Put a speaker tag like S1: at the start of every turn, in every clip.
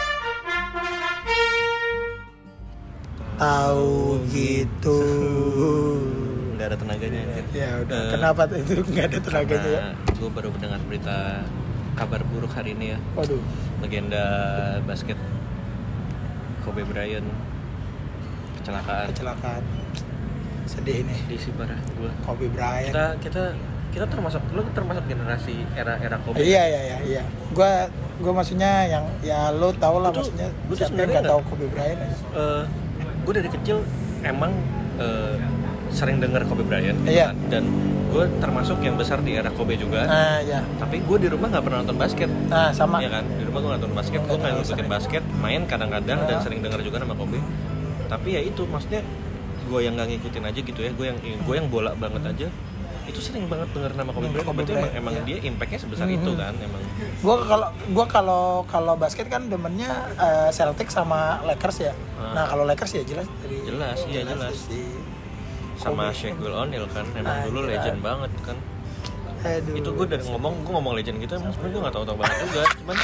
S1: anjir.
S2: gitu. ya udah
S1: Eh,
S2: kenapa tuh itu nggak ada tenaganya ya
S1: Karena gue baru mendengar berita kabar buruk hari ini ya.
S2: waduh
S1: Legenda basket Kobe Bryant kecelakaan.
S2: kecelakaan sedih nih
S1: Sedih sih parah gue.
S2: Kobe Bryant
S1: Kita kita kita termasuk lu termasuk generasi era era Kobe.
S2: iya iya iya iya gua gua maksudnya yang ya lo tau lah
S1: Gua tuh-
S2: maksudnya
S1: gua tuh
S2: siapa yang
S1: sebenarnya
S2: nggak tahu
S1: nggak-
S2: Kobe Bryant aja.
S1: gue Eh, dari kecil emang eh, sering denger Kobe Bryant. gitu
S2: Iya.
S1: kan. Dan gue termasuk yang besar di era Kobe juga.
S2: ah ya
S1: Tapi gue di rumah nggak pernah nonton basket.
S2: ah sama
S1: Iya kan, di rumah gue nonton basket,
S2: Nggak
S1: gue pengen
S2: terlalu
S1: ngikutin
S2: sering.
S1: basket, main kadang-kadang dan
S2: Ah.
S1: sering denger juga nama Kobe. Tapi ya itu maksudnya gue yang nggak ngikutin aja gitu ya, gue yang gue yang bola banget aja itu sering banget denger nama Kobe
S2: Nama
S1: Bryant.
S2: Kobe
S1: Berarti emang,
S2: Bryant,
S1: emang
S2: iya.
S1: dia impactnya sebesar itu kan, emang
S2: gua kalau gua kalau kalau basket kan demennya eh, Celtics sama Lakers ya
S1: Ah.
S2: nah kalau Lakers ya jelas dari
S1: Jelas, iya, jelas.
S2: dari-
S1: sama
S2: Kobe.
S1: Shaquille O'Neal kan, emang
S2: Ah,
S1: dulu
S2: iya.
S1: legend banget kan.
S2: Aduh.
S1: Itu gue udah ngomong gue ngomong legend gitu, emang sebenarnya gue nggak tahu-tahu banget juga, cuman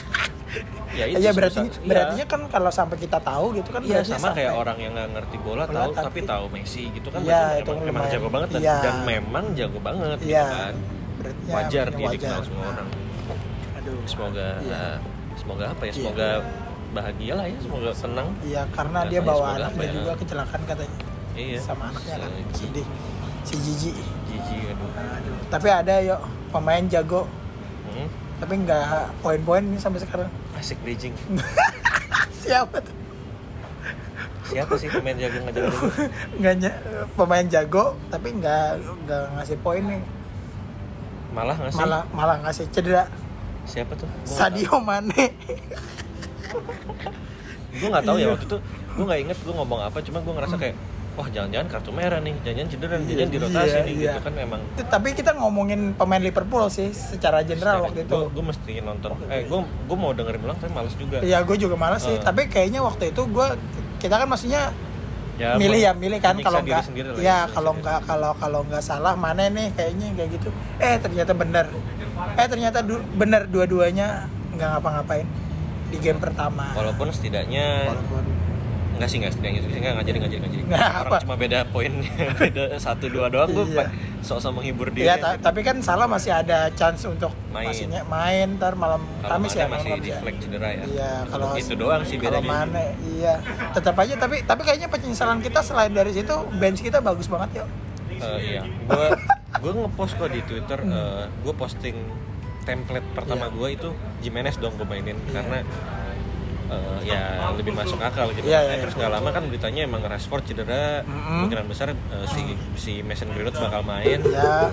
S1: ya itu.
S2: Iya berarti
S1: sebesar- iya.
S2: berartinya kan kalau sampai kita tahu gitu kan
S1: Iya
S2: berarti
S1: sama kayak
S2: sampai-
S1: orang yang nggak ngerti bola
S2: Bola
S1: tahu
S2: tapi-
S1: tapi tahu Messi gitu kan
S2: Iya,
S1: berarti
S2: itu
S1: emang, emang
S2: lumayan.
S1: jago banget dan,
S2: Iya.
S1: dan memang jago banget
S2: Iya.
S1: gitu kan
S2: Berarti ya,
S1: wajar
S2: ya
S1: dia dikenal
S2: wajar.
S1: semua orang
S2: Aduh.
S1: semoga
S2: Iya.
S1: eh, semoga apa ya
S2: Iya.
S1: semoga bahagia lah ya semoga senang
S2: Iya karena
S1: Nggak
S2: dia
S1: tahu ya,
S2: bawa
S1: semoga
S2: anaknya
S1: apa ya.
S2: juga kecelakaan katanya
S1: iya
S2: sama anaknya kan
S1: Se-
S2: sedih si Gigi.
S1: jijik aduh
S2: Aduh. Tapi ada yuk pemain jago
S1: hmm.
S2: tapi nggak poin-poin nih sampai sekarang. Ah,
S1: asik bridging
S2: Siapa tuh?
S1: siapa sih pemain jago nggak jago
S2: Nggak nye- pemain jago tapi nggak nggak ngasih poin nih.
S1: malah nggak sih
S2: Malah malah ngasih cedera.
S1: siapa tuh Gua nggak tahu.
S2: Sadio Mane.
S1: gue nggak tahu ya
S2: Iya. Hmm.
S1: waktu itu gue nggak inget gue ngomong apa cuma gue ngerasa kayak wah jangan-jangan kartu merah nih jangan-jangan cedera nih,
S2: Iya,
S1: jangan-jangan dirotasi
S2: iya,
S1: nih
S2: iya.
S1: gitu kan emang
S2: Itu- tapi kita ngomongin pemain Liverpool sih secara general waktu itu.
S1: gue mesti nonton eh gue gue mau dengerin ulang tapi males juga
S2: Iya, gue juga malas sih.
S1: Eh.
S2: Tapi kayaknya waktu itu gue kita kan maksudnya
S1: Ya,
S2: milih
S1: buat
S2: ya milih kan
S1: menyiksa
S2: kalau
S1: diri
S2: nggak
S1: sendiri lah ya,
S2: ya
S1: menyiksa
S2: kalau
S1: diri
S2: nggak kalau kalau nggak salah mana nih kayaknya kayak gitu eh ternyata bener eh ternyata du- bener dua-duanya nggak ngapa-ngapain di game pertama
S1: walaupun setidaknya
S2: Walaupun-
S1: nggak sih nggak setidaknya sih nggak ngajarin ngajarin ngajarin
S2: Nggak,
S1: orang
S2: apa.
S1: cuma beda poin beda satu dua doang gue
S2: Iya.
S1: sok-sok menghibur diri
S2: Iya, ta- tapi kan salah masih ada chance untuk
S1: Main.
S2: maksudnya main ntar malam
S1: kalau
S2: Kamis ya
S1: Mane masih
S2: malam Kamis
S1: di
S2: ya.
S1: flag cedera ya
S2: Iya, kalau
S1: itu doang sih
S2: kalau
S1: bedanya
S2: mana iya tetap aja tapi tapi kayaknya penyesalan kita selain dari situ bench kita bagus banget yuk
S1: Eh, iya gue gue ngepost kok di twitter gue posting template pertama
S2: Iya.
S1: gue itu Jimenez dong gue mainin karena eh, ya lebih masuk akal gitu
S2: Iya,
S1: Eh,
S2: iya, iya.
S1: terus nggak lama kan beritanya emang Rashford cedera
S2: Mm-mm.
S1: kemungkinan besar eh, si si Mason Greenwood bakal main
S2: ya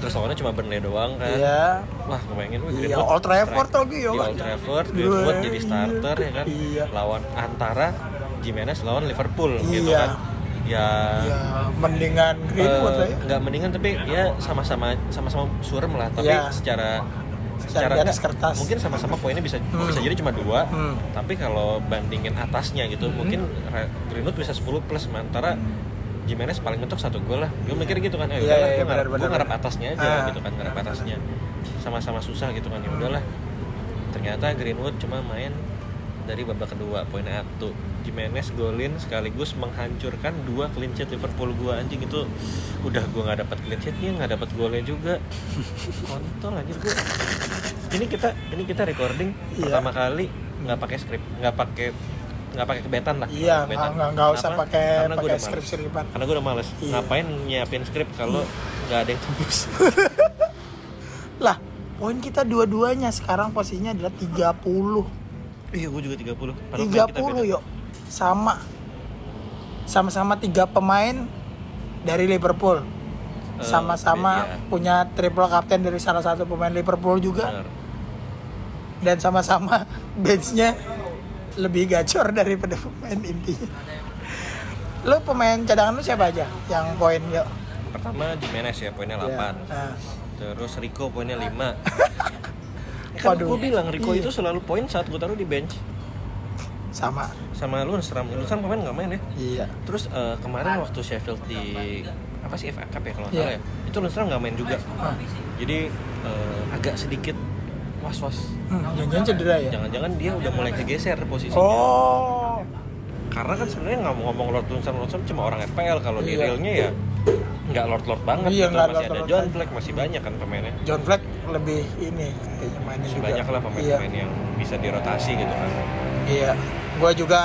S1: terus lawannya cuma Burnley doang kan
S2: iya
S1: wah ngebayangin wih,
S2: Iya,
S1: Greenwood
S2: Old Trafford
S1: strike.
S2: lagi ya,
S1: Di
S2: Pak.
S1: Old Trafford Greenwood
S2: Iya,
S1: jadi
S2: iya.
S1: starter ya kan
S2: Iya.
S1: lawan antara Jimenez lawan Liverpool gitu
S2: Iya.
S1: kan ya
S2: ya mendingan Greenwood lah
S1: eh,
S2: ya
S1: nggak mendingan tapi ya sama-sama sama-sama surem lah tapi
S2: Iya.
S1: secara
S2: Secara di atas
S1: nggak-
S2: kertas.
S1: mungkin sama-sama poinnya bisa
S2: Hmm.
S1: bisa jadi cuma dua
S2: Hmm.
S1: tapi kalau bandingin atasnya gitu mungkin Ra- Greenwood bisa 10 plus sementara Jimenez paling mentok satu gol lah gue mikir gitu kan
S2: Iya,
S1: ya udahlah
S2: iya,
S1: gue ngarep,
S2: benar,
S1: gue
S2: benar,
S1: ngarep
S2: benar.
S1: atasnya aja
S2: Ah.
S1: gitu kan ngarep atasnya sama-sama susah gitu kan ya udahlah ternyata Greenwood cuma main dari babak kedua poin satu Jimenez golin sekaligus menghancurkan dua clean sheet Liverpool gua anjing itu udah gua nggak dapat clean sheetnya nggak dapat golnya juga kontol anjir gua ini kita ini kita recording
S2: Iya.
S1: pertama kali nggak pakai skrip nggak pakai nggak pakai kebetan lah
S2: Iya,
S1: nggak pakai
S2: nggak- nggak-
S1: kebetan.
S2: nggak usah
S1: Kenapa?
S2: pakai-
S1: Karena gua
S2: pakai
S1: udah males.
S2: skrip-skripan.
S1: karena gua udah males
S2: Iya.
S1: ngapain nyiapin skrip kalau nggak ada yang tembus
S2: lah poin kita dua-duanya sekarang posisinya adalah 30
S1: iya gua juga 30 Padahal kita
S2: 30
S1: beda.
S2: yuk sama sama-sama tiga pemain dari Liverpool
S1: Eh,
S2: sama-sama
S1: iya.
S2: punya triple captain dari salah satu pemain Liverpool juga
S1: Bener.
S2: dan sama-sama benchnya lebih gacor daripada pemain intinya lu pemain cadangan lu siapa aja yang poin ya? yuk
S1: pertama Jimenez ya poinnya 8
S2: Nah,
S1: terus Rico poinnya 5 kan
S2: Waduh.
S1: gue bilang Rico
S2: Iya.
S1: itu selalu poin saat gue taruh di bench
S2: sama
S1: sama lu seram lu kan kemarin nggak main ya
S2: iya
S1: terus eh, kemarin waktu Sheffield di apa sih FA Cup ya kalau nggak
S2: Iya.
S1: salah ya itu Lundstrom nggak main juga
S2: Ah.
S1: jadi eh, agak sedikit was was
S2: hmm, jangan cedera ya
S1: jangan-jangan dia udah mulai kegeser posisinya
S2: oh
S1: karena kan sebenarnya nggak mau ngomong Lord Lundstrom Lundstrom cuma orang FPL kalau di
S2: Iya.
S1: realnya ya nggak lord lord banget
S2: Iya,
S1: gitu.
S2: nggak
S1: masih ada
S2: lord-lord
S1: John
S2: banget.
S1: Fleck masih banyak kan pemainnya
S2: John Fleck lebih ini kayaknya mainnya
S1: masih
S2: juga.
S1: banyak lah
S2: Iya.
S1: pemain-pemain yang bisa dirotasi gitu kan
S2: Iya. Gua juga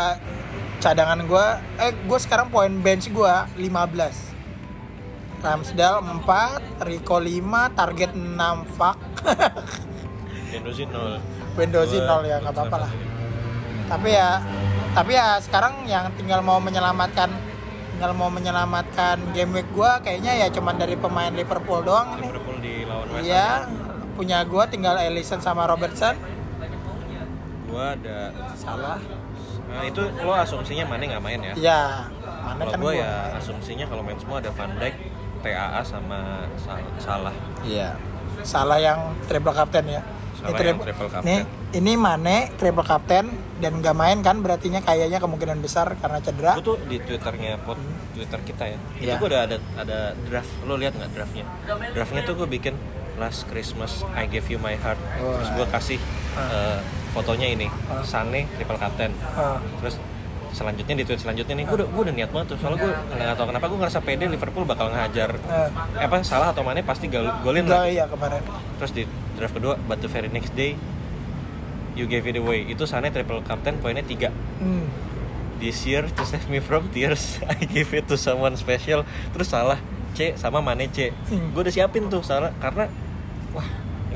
S2: cadangan gua eh gua sekarang poin bench gua 15. Ramsdale 4, Rico 5, target 6, fuck.
S1: Windowsin nol
S2: Windowsin
S1: Dua,
S2: nol ya, nggak apa-apa lah. tapi ya tapi ya sekarang yang tinggal mau menyelamatkan tinggal mau menyelamatkan game week gua kayaknya ya cuman dari pemain Liverpool doang nih.
S1: Liverpool di lawan West Ham
S2: Iya, punya gua tinggal Ellison sama Robertson.
S1: gua ada
S2: Salah.
S1: nah, itu lo asumsinya Mane nggak main ya
S2: Ya, mana
S1: kalau
S2: kan
S1: gua
S2: gua.
S1: ya asumsinya kalau main semua ada Van Dijk TAA sama Sal- Salah
S2: Iya. Salah yang triple captain ya.
S1: Salah
S2: Ini
S1: yang triple captain.
S2: Nih, ini Mane triple captain dan nggak main kan berartinya kayaknya kemungkinan besar karena cedera.
S1: Gue tuh di twitternya pot twitter kita ya itu
S2: Iya.
S1: gue udah ada ada draft lo lihat nggak draftnya draftnya tuh gue bikin last Christmas I gave you my heart
S2: Oh,
S1: terus gue kasih eh, fotonya ini
S2: Ah.
S1: Sane triple captain
S2: Ah.
S1: terus selanjutnya di tweet selanjutnya nih gue udah, gua udah niat banget tuh soalnya gue
S2: Iya.
S1: nggak tahu kenapa gue ngerasa pede Liverpool bakal ngajar
S2: Eh,
S1: eh, apa salah atau mana pasti gal- golin
S2: nggak,
S1: lah
S2: iya kemarin.
S1: terus di draft kedua but the very next day you gave it away itu Sane triple captain poinnya 3
S2: Hmm.
S1: This year to save me from tears I give it to someone special Terus salah C sama Mane C
S2: Hmm.
S1: Gue udah siapin tuh salah Karena Wah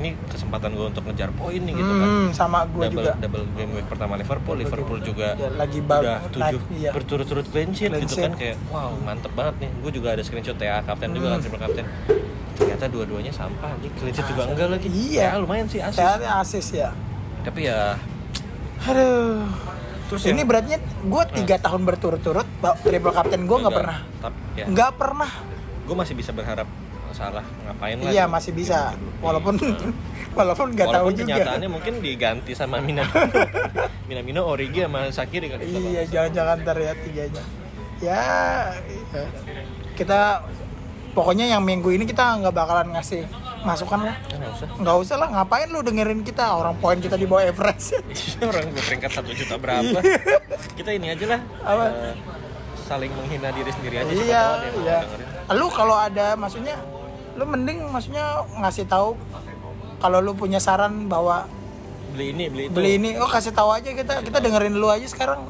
S1: ini kesempatan gue untuk ngejar poin nih gitu kan
S2: Hmm, sama gue
S1: double,
S2: juga.
S1: double game week pertama Liverpool
S2: Double
S1: Liverpool
S2: game.
S1: juga
S2: Ya, lagi bal-
S1: udah
S2: naik,
S1: 7
S2: iya.
S1: berturut-turut clean sheet
S2: Clean
S1: gitu
S2: sheet.
S1: kan Kayak wow mantep banget nih Gue juga ada screenshot TA kapten juga kan
S2: Hmm.
S1: triple kapten Ternyata dua-duanya sampah nih Clean sheet juga enggak lagi
S2: Iya.
S1: Ya, lumayan sih asis
S2: Saya asis ya.
S1: Tapi ya
S2: Aduh.
S1: Terus
S2: ini
S1: ya,
S2: beratnya gue tiga tahun berturut-turut bak- triple captain gue nggak pernah,
S1: tap- ya.
S2: nggak pernah.
S1: gue masih bisa berharap "Oh, salah ngapain lah
S2: Iya
S1: gitu.
S2: masih bisa,
S1: Gitu.
S2: walaupun walaupun nggak tahu
S1: walaupun
S2: juga.
S1: kenyataannya mungkin diganti sama Mina Minamino Origi sama Sakiri kan kita
S2: Iya
S1: bahas.
S2: jangan-jangan ntar ya tiganya. Ya ya. kita pokoknya yang minggu ini kita nggak bakalan ngasih masukan lah.
S1: Ah, nggak usah
S2: Nggak usah lah, ngapain lu dengerin kita orang poin kita di bawah Everest.
S1: Iya, orang gue peringkat satu juta berapa kita ini aja lah
S2: Apa?
S1: eh, saling menghina diri sendiri aja siapa
S2: iya
S1: tahu ada yang mau
S2: iya
S1: dengerin.
S2: lu kalau ada maksudnya lu mending maksudnya ngasih tahu kalau lu punya saran bahwa
S1: beli ini beli itu ya.
S2: beli ini oh kasih tahu aja kita kita dengerin lu aja sekarang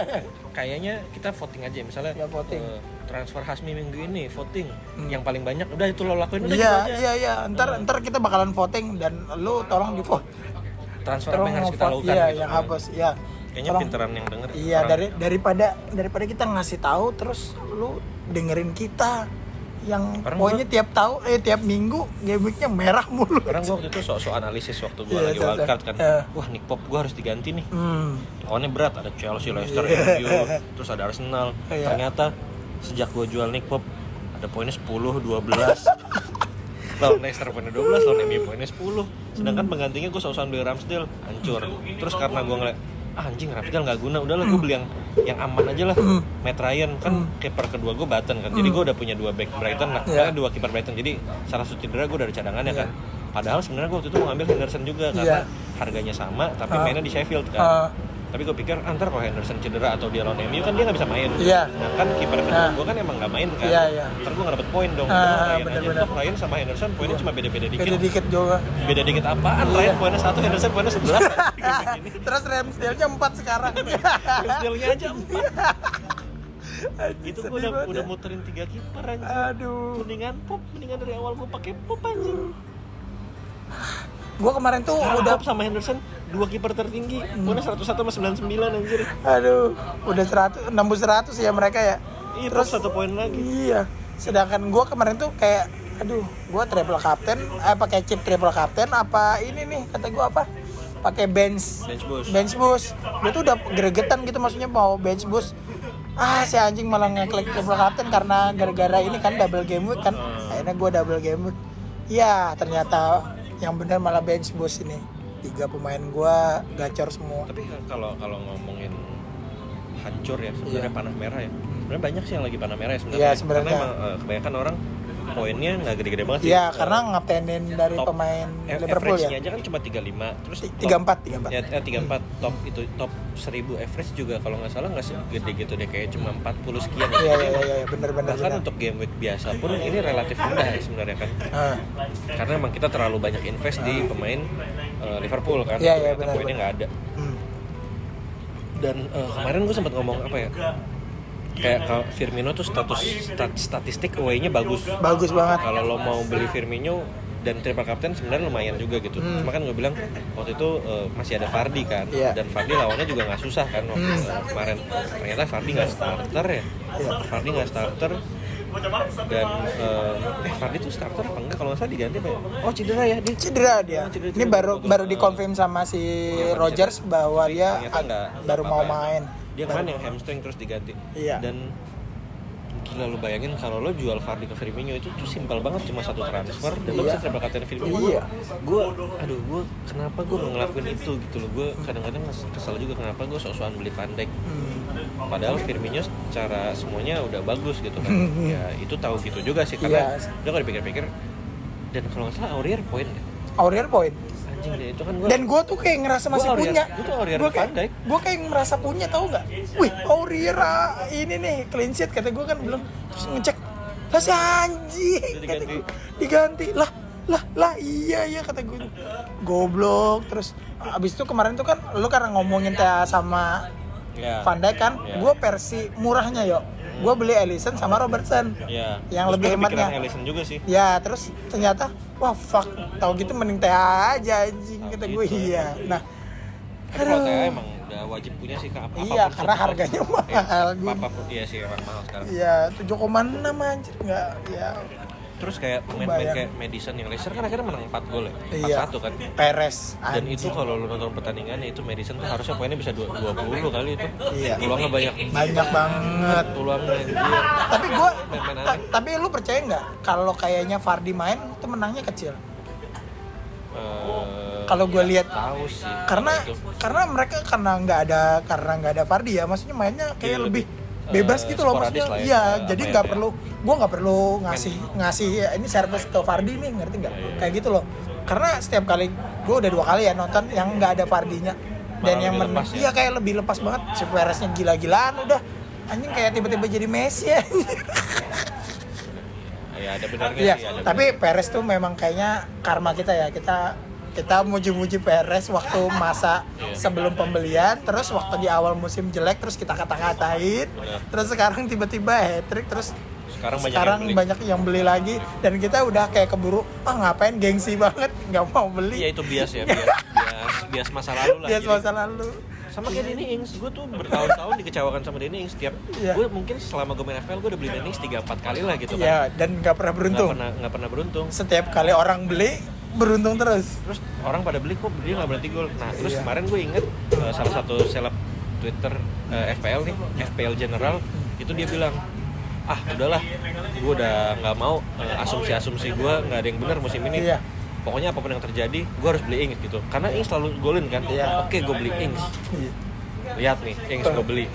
S1: kayaknya kita voting aja misalnya
S2: Ya, voting. Hmm.
S1: eh, transfer Hasmi minggu ini voting yang paling banyak udah itu lo lakuin udah
S2: iya
S1: gitu aja
S2: iya iya ntar ntar kita bakalan voting dan lu tolong di vote
S1: transfer apa
S2: tolong
S1: yang harus kita
S2: ngevote.
S1: lakukan
S2: iya
S1: gitu
S2: yang
S1: kan.
S2: hapus iya
S1: kayaknya
S2: Tolong.
S1: pinteran yang denger
S2: iya
S1: orang.
S2: dari daripada daripada kita ngasih tahu terus lu dengerin kita yang
S1: Orang
S2: pokoknya tiap tahu eh tiap minggu game weeknya merah mulu
S1: Orang gua waktu itu sok-sok analisis waktu gua
S2: Iya,
S1: lagi
S2: sok-sok.
S1: wildcard kan.
S2: Iya.
S1: Wah, Nick Pop gua harus diganti nih.
S2: hmm.
S1: Lawannya berat, ada Chelsea, Leicester, MU, terus ada Arsenal.
S2: Iya.
S1: Ternyata sejak gua jual Nick Pop ada poinnya 10, 12. lawan Leicester poinnya 12, lawan MU poinnya 10.
S2: Hmm.
S1: Sedangkan penggantinya gua sok-sokan beli Ramsdale, hancur. Terus karena gua ngeliat ah, anjing Ramsdale nggak guna, udahlah gua beli yang yang aman aja lah.
S2: Hmm.
S1: Matt Ryan kan kiper kedua gua Button kan. Jadi gua udah punya dua back Brighton lah,
S2: Iya.
S1: eh, dua kiper Brighton. Jadi salah satu cedera gua dari cadangannya
S2: Iya.
S1: kan. Padahal sebenarnya gua waktu itu mau ngambil Henderson juga
S2: Iya.
S1: karena harganya sama tapi
S2: Ah.
S1: mainnya di Sheffield
S2: Ah.
S1: kan tapi gue pikir antar kalau Henderson cedera atau dia lawan MU kan dia nggak bisa main
S2: Iya.
S1: sedangkan kiper kedua
S2: Ah.
S1: gue kan emang nggak main kan
S2: Iya, iya.
S1: ntar gue nggak dapet poin dong
S2: Ah,
S1: Udah, Ryan aja
S2: bener-bener. Iya.
S1: Toh Ryan sama Henderson poinnya cuma beda-beda dikit
S2: beda Iya. dikit juga
S1: beda dikit apaan Ryan poinnya satu Henderson poinnya sebelas ini
S2: Terus Ramsdale-nya 4 sekarang.
S1: Ramsdale-nya aja empat itu gue udah, udah muterin tiga kiper aja
S2: ya. Ah. Aduh.
S1: mendingan pop mendingan dari awal gue pakai pop anjir
S2: Gua kemarin tuh
S1: Sekarang
S2: udah
S1: Pop sama Henderson dua kiper tertinggi poinnya 101 sama 99 anjir
S2: aduh, udah 100 nembus 100 ya mereka ya.
S1: Iya,
S2: Terus-
S1: Pop satu poin lagi
S2: Iya. Sedangkan gua kemarin tuh kayak aduh, gua triple captain eh pakai chip triple captain apa ini nih kata gua apa? Pakai bench
S1: Bench boost.
S2: Bench boost. Dia tuh udah gregetan gitu maksudnya mau bench boost. Ah, si anjing malah ngeklik triple captain karena gara-gara ini kan double game week kan.
S1: Hmm.
S2: Akhirnya gua double game week. Ya, ternyata yang benar malah bench boost ini. Tiga pemain gua gacor semua.
S1: tapi kan kalau kalau ngomongin hancur ya sebenarnya panah merah ya sebenarnya banyak sih yang lagi panah merah ya sebenarnya
S2: Iya, sebenarnya.
S1: karena emang, eh, kebanyakan orang poinnya nggak gede-gede banget sih.
S2: Iya,
S1: Eh,
S2: karena ngaptenin dari
S1: top-
S2: pemain
S1: eh,
S2: Liverpool ya.
S1: average-nya aja kan cuma 35 terus top-
S2: 34, 34.
S1: ya, eh, 34 top itu top 1000 average juga kalau nggak salah nggak segede gitu deh kayak cuma 40 sekian ya.
S2: Iya, iya, iya, iya, bener, bener,
S1: bahkan
S2: bener.
S1: untuk game week biasa pun ini relatif rendah ya sebenarnya kan
S2: Ah,
S1: karena emang kita terlalu banyak invest di pemain eh, Liverpool kan
S2: Iya, iya,
S1: ternyata
S2: benar,
S1: poinnya
S2: benar.
S1: nggak ada
S2: hmm.
S1: dan eh, kemarin gue sempat ngomong apa ya kayak kalau Firmino tuh status stat- statistik away-nya bagus
S2: Bagus banget.
S1: kalau lo mau beli Firmino dan triple captain sebenarnya lumayan juga gitu cuma kan gue bilang waktu itu eh, masih ada Fardi kan
S2: Hmm. Iya.
S1: dan Fardi lawannya juga nggak susah kan waktu
S2: Hmm.
S1: eh, kemarin ternyata Fardi nggak starter ya
S2: Iya.
S1: Fardi nggak starter dan eh, eh, Fardi tuh starter apa enggak kalau nggak salah diganti apa ya? oh cedera ya dia
S2: Cedera dia.
S1: Oh, cedera,
S2: Ini
S1: cedera.
S2: baru
S1: Bagus.
S2: baru dikonfirm sama si
S1: Iya,
S2: Rogers bahwa dia
S1: ternyata nggak
S2: baru
S1: apa-apa
S2: mau
S1: ya.
S2: main.
S1: dia kemarin yang hamstring terus diganti
S2: Iya.
S1: dan gila lo bayangin kalau lo jual Fardi ke Firmino itu tuh simpel banget cuma satu transfer dan lo
S2: Iya.
S1: bisa triple captain Firmino
S2: Iya.
S1: gue aduh gue kenapa gue ngelakuin itu gitu loh gue kadang-kadang kesel juga kenapa gue sok-sokan beli Van Dijk
S2: Hmm.
S1: padahal Firmino secara semuanya udah bagus gitu kan ya itu tahu gitu juga sih karena
S2: Iya.
S1: udah kalau dipikir-pikir dan kalau nggak salah Aurier poin ya?
S2: Aurier poin.
S1: anjing deh itu kan gue
S2: Dan gue tuh kayak ngerasa
S1: Gua
S2: masih
S1: Aurier-
S2: punya.
S1: gua tuh Aurier
S2: Gua kayak,
S1: Van Dijk.
S2: Gue kayak merasa punya tau nggak? Wih, Aurier ah, ini nih clean sheet kata gue kan belum terus ngecek. Lah si anjing
S1: Jadi
S2: kata
S1: ganti.
S2: gua. diganti. Lah, lah, lah iya iya kata gue. Goblok terus abis itu kemarin tuh kan lu karena ngomongin Thea sama
S1: ya.
S2: Van Dijk kan,
S1: Iya.
S2: gue versi murahnya yo. Gue beli Ellison sama Robertson.
S1: ya.
S2: Yang
S1: Terus
S2: lebih
S1: gua kepikiran
S2: hematnya.
S1: Alisson juga sih
S2: Ya terus ternyata wah fuck tahu gitu mending TA aja anjing
S1: Tahu
S2: kata
S1: gitu,
S2: gue iya.
S1: emang.
S2: Nah
S1: Tapi kalau THR emang udah wajib punya sih kak.
S2: Iya, karena harganya mahal.
S1: Apa pun iya sih emang mahal sekarang.
S2: iya 7,6 anjir nggak ya
S1: Terus kayak pemain-pemain
S2: Kebayang.
S1: kayak Madison yang Leicester kan akhirnya menang 4 gol ya, 4-1
S2: iya.
S1: kan.
S2: Peres
S1: Dan
S2: anjing.
S1: itu kalau lu nonton pertandingannya itu Madison tuh harusnya poinnya bisa dua- 20 kali itu.
S2: Iya.
S1: Peluangnya banyak.
S2: banyak banget.
S1: Peluangnya iya. dia.
S2: Tapi gue
S1: Main-main
S2: ta-
S1: aneh.
S2: tapi lu percaya nggak kalau kayaknya Fardi main itu menangnya kecil.
S1: Eh,
S2: Kalau gue lihat
S1: tahu sih.
S2: karena
S1: kalau itu.
S2: karena mereka karena nggak ada karena nggak ada Fardi ya maksudnya mainnya kayak
S1: Iya,
S2: lebih
S1: lebih,
S2: bebas
S1: eh,
S2: gitu loh
S1: sporadis
S2: maksudnya
S1: lah ya,
S2: iya
S1: eh,
S2: jadi
S1: apa
S2: nggak
S1: ya,
S2: perlu gua nggak perlu ngasih ngasih ya, ini service ke Fardi nih ngerti nggak
S1: Iya,
S2: kayak gitu loh karena setiap kali gua udah dua kali ya nonton yang nggak ada Fardinya dan
S1: Malah
S2: yang
S1: lebih
S2: men-
S1: lepas ya.
S2: iya kayak lebih lepas banget si Pereznya gila-gilaan udah anjing kayak tiba-tiba jadi Messi ya
S1: ya ada benarnya
S2: Iya,
S1: sih. Ada
S2: tapi Perez tuh memang kayaknya karma kita ya. Kita kita muji-muji Perez waktu masa
S1: Iya.
S2: sebelum pembelian, terus waktu di awal musim jelek terus kita kata-katain,
S1: Benar.
S2: terus sekarang tiba-tiba hat trick terus
S1: Iya. Sekarang banyak
S2: sekarang
S1: yang beli.
S2: banyak yang beli lagi dan kita udah kayak keburu ah ngapain gengsi banget nggak mau
S1: Iya
S2: beli
S1: itu bias ya, bias, bias, bias masa lalu lah. gitu.
S2: dia
S1: Jadi-
S2: masa lalu
S1: sama kayak Danny Ings gue tuh bertahun-tahun dikecewakan sama Danny Ings setiap
S2: Iya.
S1: gue mungkin selama gue main FPL gue udah beli Danny Ings 3-4 kali lah gitu kan
S2: ya dan nggak pernah
S1: nggak
S2: beruntung
S1: pernah nggak pernah beruntung
S2: setiap kali orang beli beruntung terus
S1: terus orang pada beli kok beli nggak berarti gol nah
S2: Iya.
S1: terus kemarin gue inget eh, salah satu seleb Twitter eh, FPL nih FPL general itu dia bilang ah udahlah gue udah nggak mau eh, asumsi-asumsi gue nggak ada yang benar musim ini
S2: Iya.
S1: pokoknya apapun yang terjadi gue harus beli Ings gitu karena Ings selalu golin kan
S2: Iya.
S1: oke gue beli Ings
S2: Iya.
S1: lihat nih yang gue beli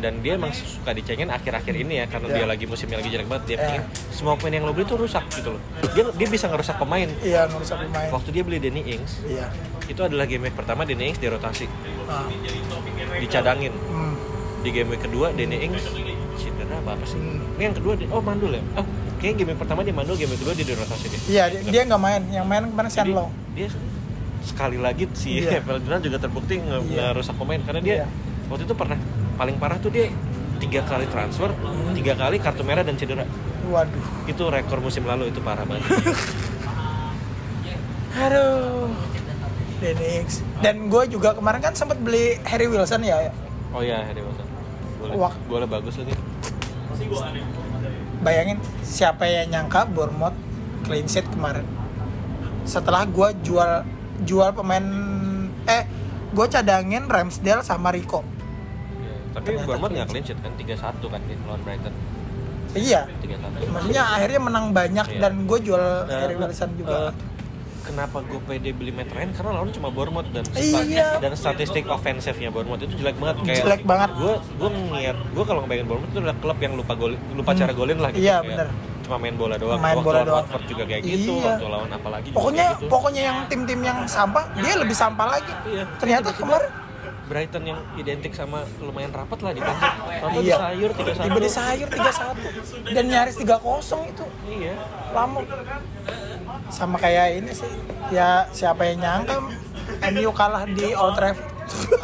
S1: dan dia emang suka dicengin akhir-akhir ini ya
S2: Iya.
S1: karena dia lagi musimnya lagi jelek banget dia
S2: Iya.
S1: pengen semua pemain yang lo beli tuh rusak gitu loh dia dia bisa ngerusak pemain
S2: iya nggak usah pemain
S1: waktu dia beli Danny Ings
S2: iya
S1: itu adalah game week pertama Danny Ings dirotasi
S2: Ah.
S1: dicadangin
S2: Hmm.
S1: di game week kedua Danny Ings cedera apa apa sih
S2: Hmm.
S1: Ini yang kedua dia- oh mandul ya oh kayak game week pertama dia mandul game week kedua dia dirotasi dia
S2: Iya, dia- dia nggak main. Yang main kemarin
S1: Jadi,
S2: Shenlong.
S1: dia sekali lagi si
S2: Iya.
S1: Evel Dinan juga terbukti nge-
S2: Iya.
S1: ngerusak pemain karena dia
S2: Iya.
S1: waktu itu pernah paling parah tuh dia tiga kali transfer tiga kali kartu merah dan cedera
S2: Waduh.
S1: itu rekor musim lalu itu parah banget
S2: Aduh. Denix. Dan gue juga kemarin kan sempat beli Harry Wilson ya.
S1: oh iya Harry Wilson boleh
S2: Wah.
S1: boleh bagus lagi
S2: Bayangin siapa yang nyangka Bournemouth clean sheet kemarin. Setelah gue jual jual pemain eh gue cadangin Ramsdale sama Rico.
S1: Iya. tapi
S2: Ternyata
S1: Bournemouth nggak
S2: clean
S1: clean sheet kan 3-1 kan dia lawan Brighton
S2: Iya.
S1: 3-1
S2: Maksudnya akhirnya menang banyak
S1: Iya.
S2: dan gue jual
S1: Nah,
S2: Harry Wilson juga.
S1: eh, kenapa gue pede beli Matt Ryan karena lawan cuma Bournemouth dan
S2: Iya.
S1: dan statistik offensive-nya Bournemouth itu jelek banget kayak
S2: Jelek banget.
S1: gue gue ngeliat gue kalau ngebayangin Bournemouth itu adalah klub yang lupa gol lupa cara golin lah gitu
S2: Iya,
S1: Kayak
S2: bener.
S1: cuma main bola doang.
S2: Main
S1: waktu
S2: bola
S1: lawan
S2: doang.
S1: Watford juga kayak gitu,
S2: Iya.
S1: waktu lawan apalagi juga
S2: pokoknya
S1: kayak gitu.
S2: pokoknya yang tim-tim yang sampah dia lebih sampah lagi
S1: Iya.
S2: ternyata kemarin
S1: Brighton yang identik sama lumayan rapat lah di kancing. Tonton
S2: Iya.
S1: disayur 3-1.
S2: tiba di sayur 3-1 dan nyaris 3-0 itu
S1: Iya.
S2: lama sama kayak ini sih ya siapa yang nyangka MU kalah di Old Trafford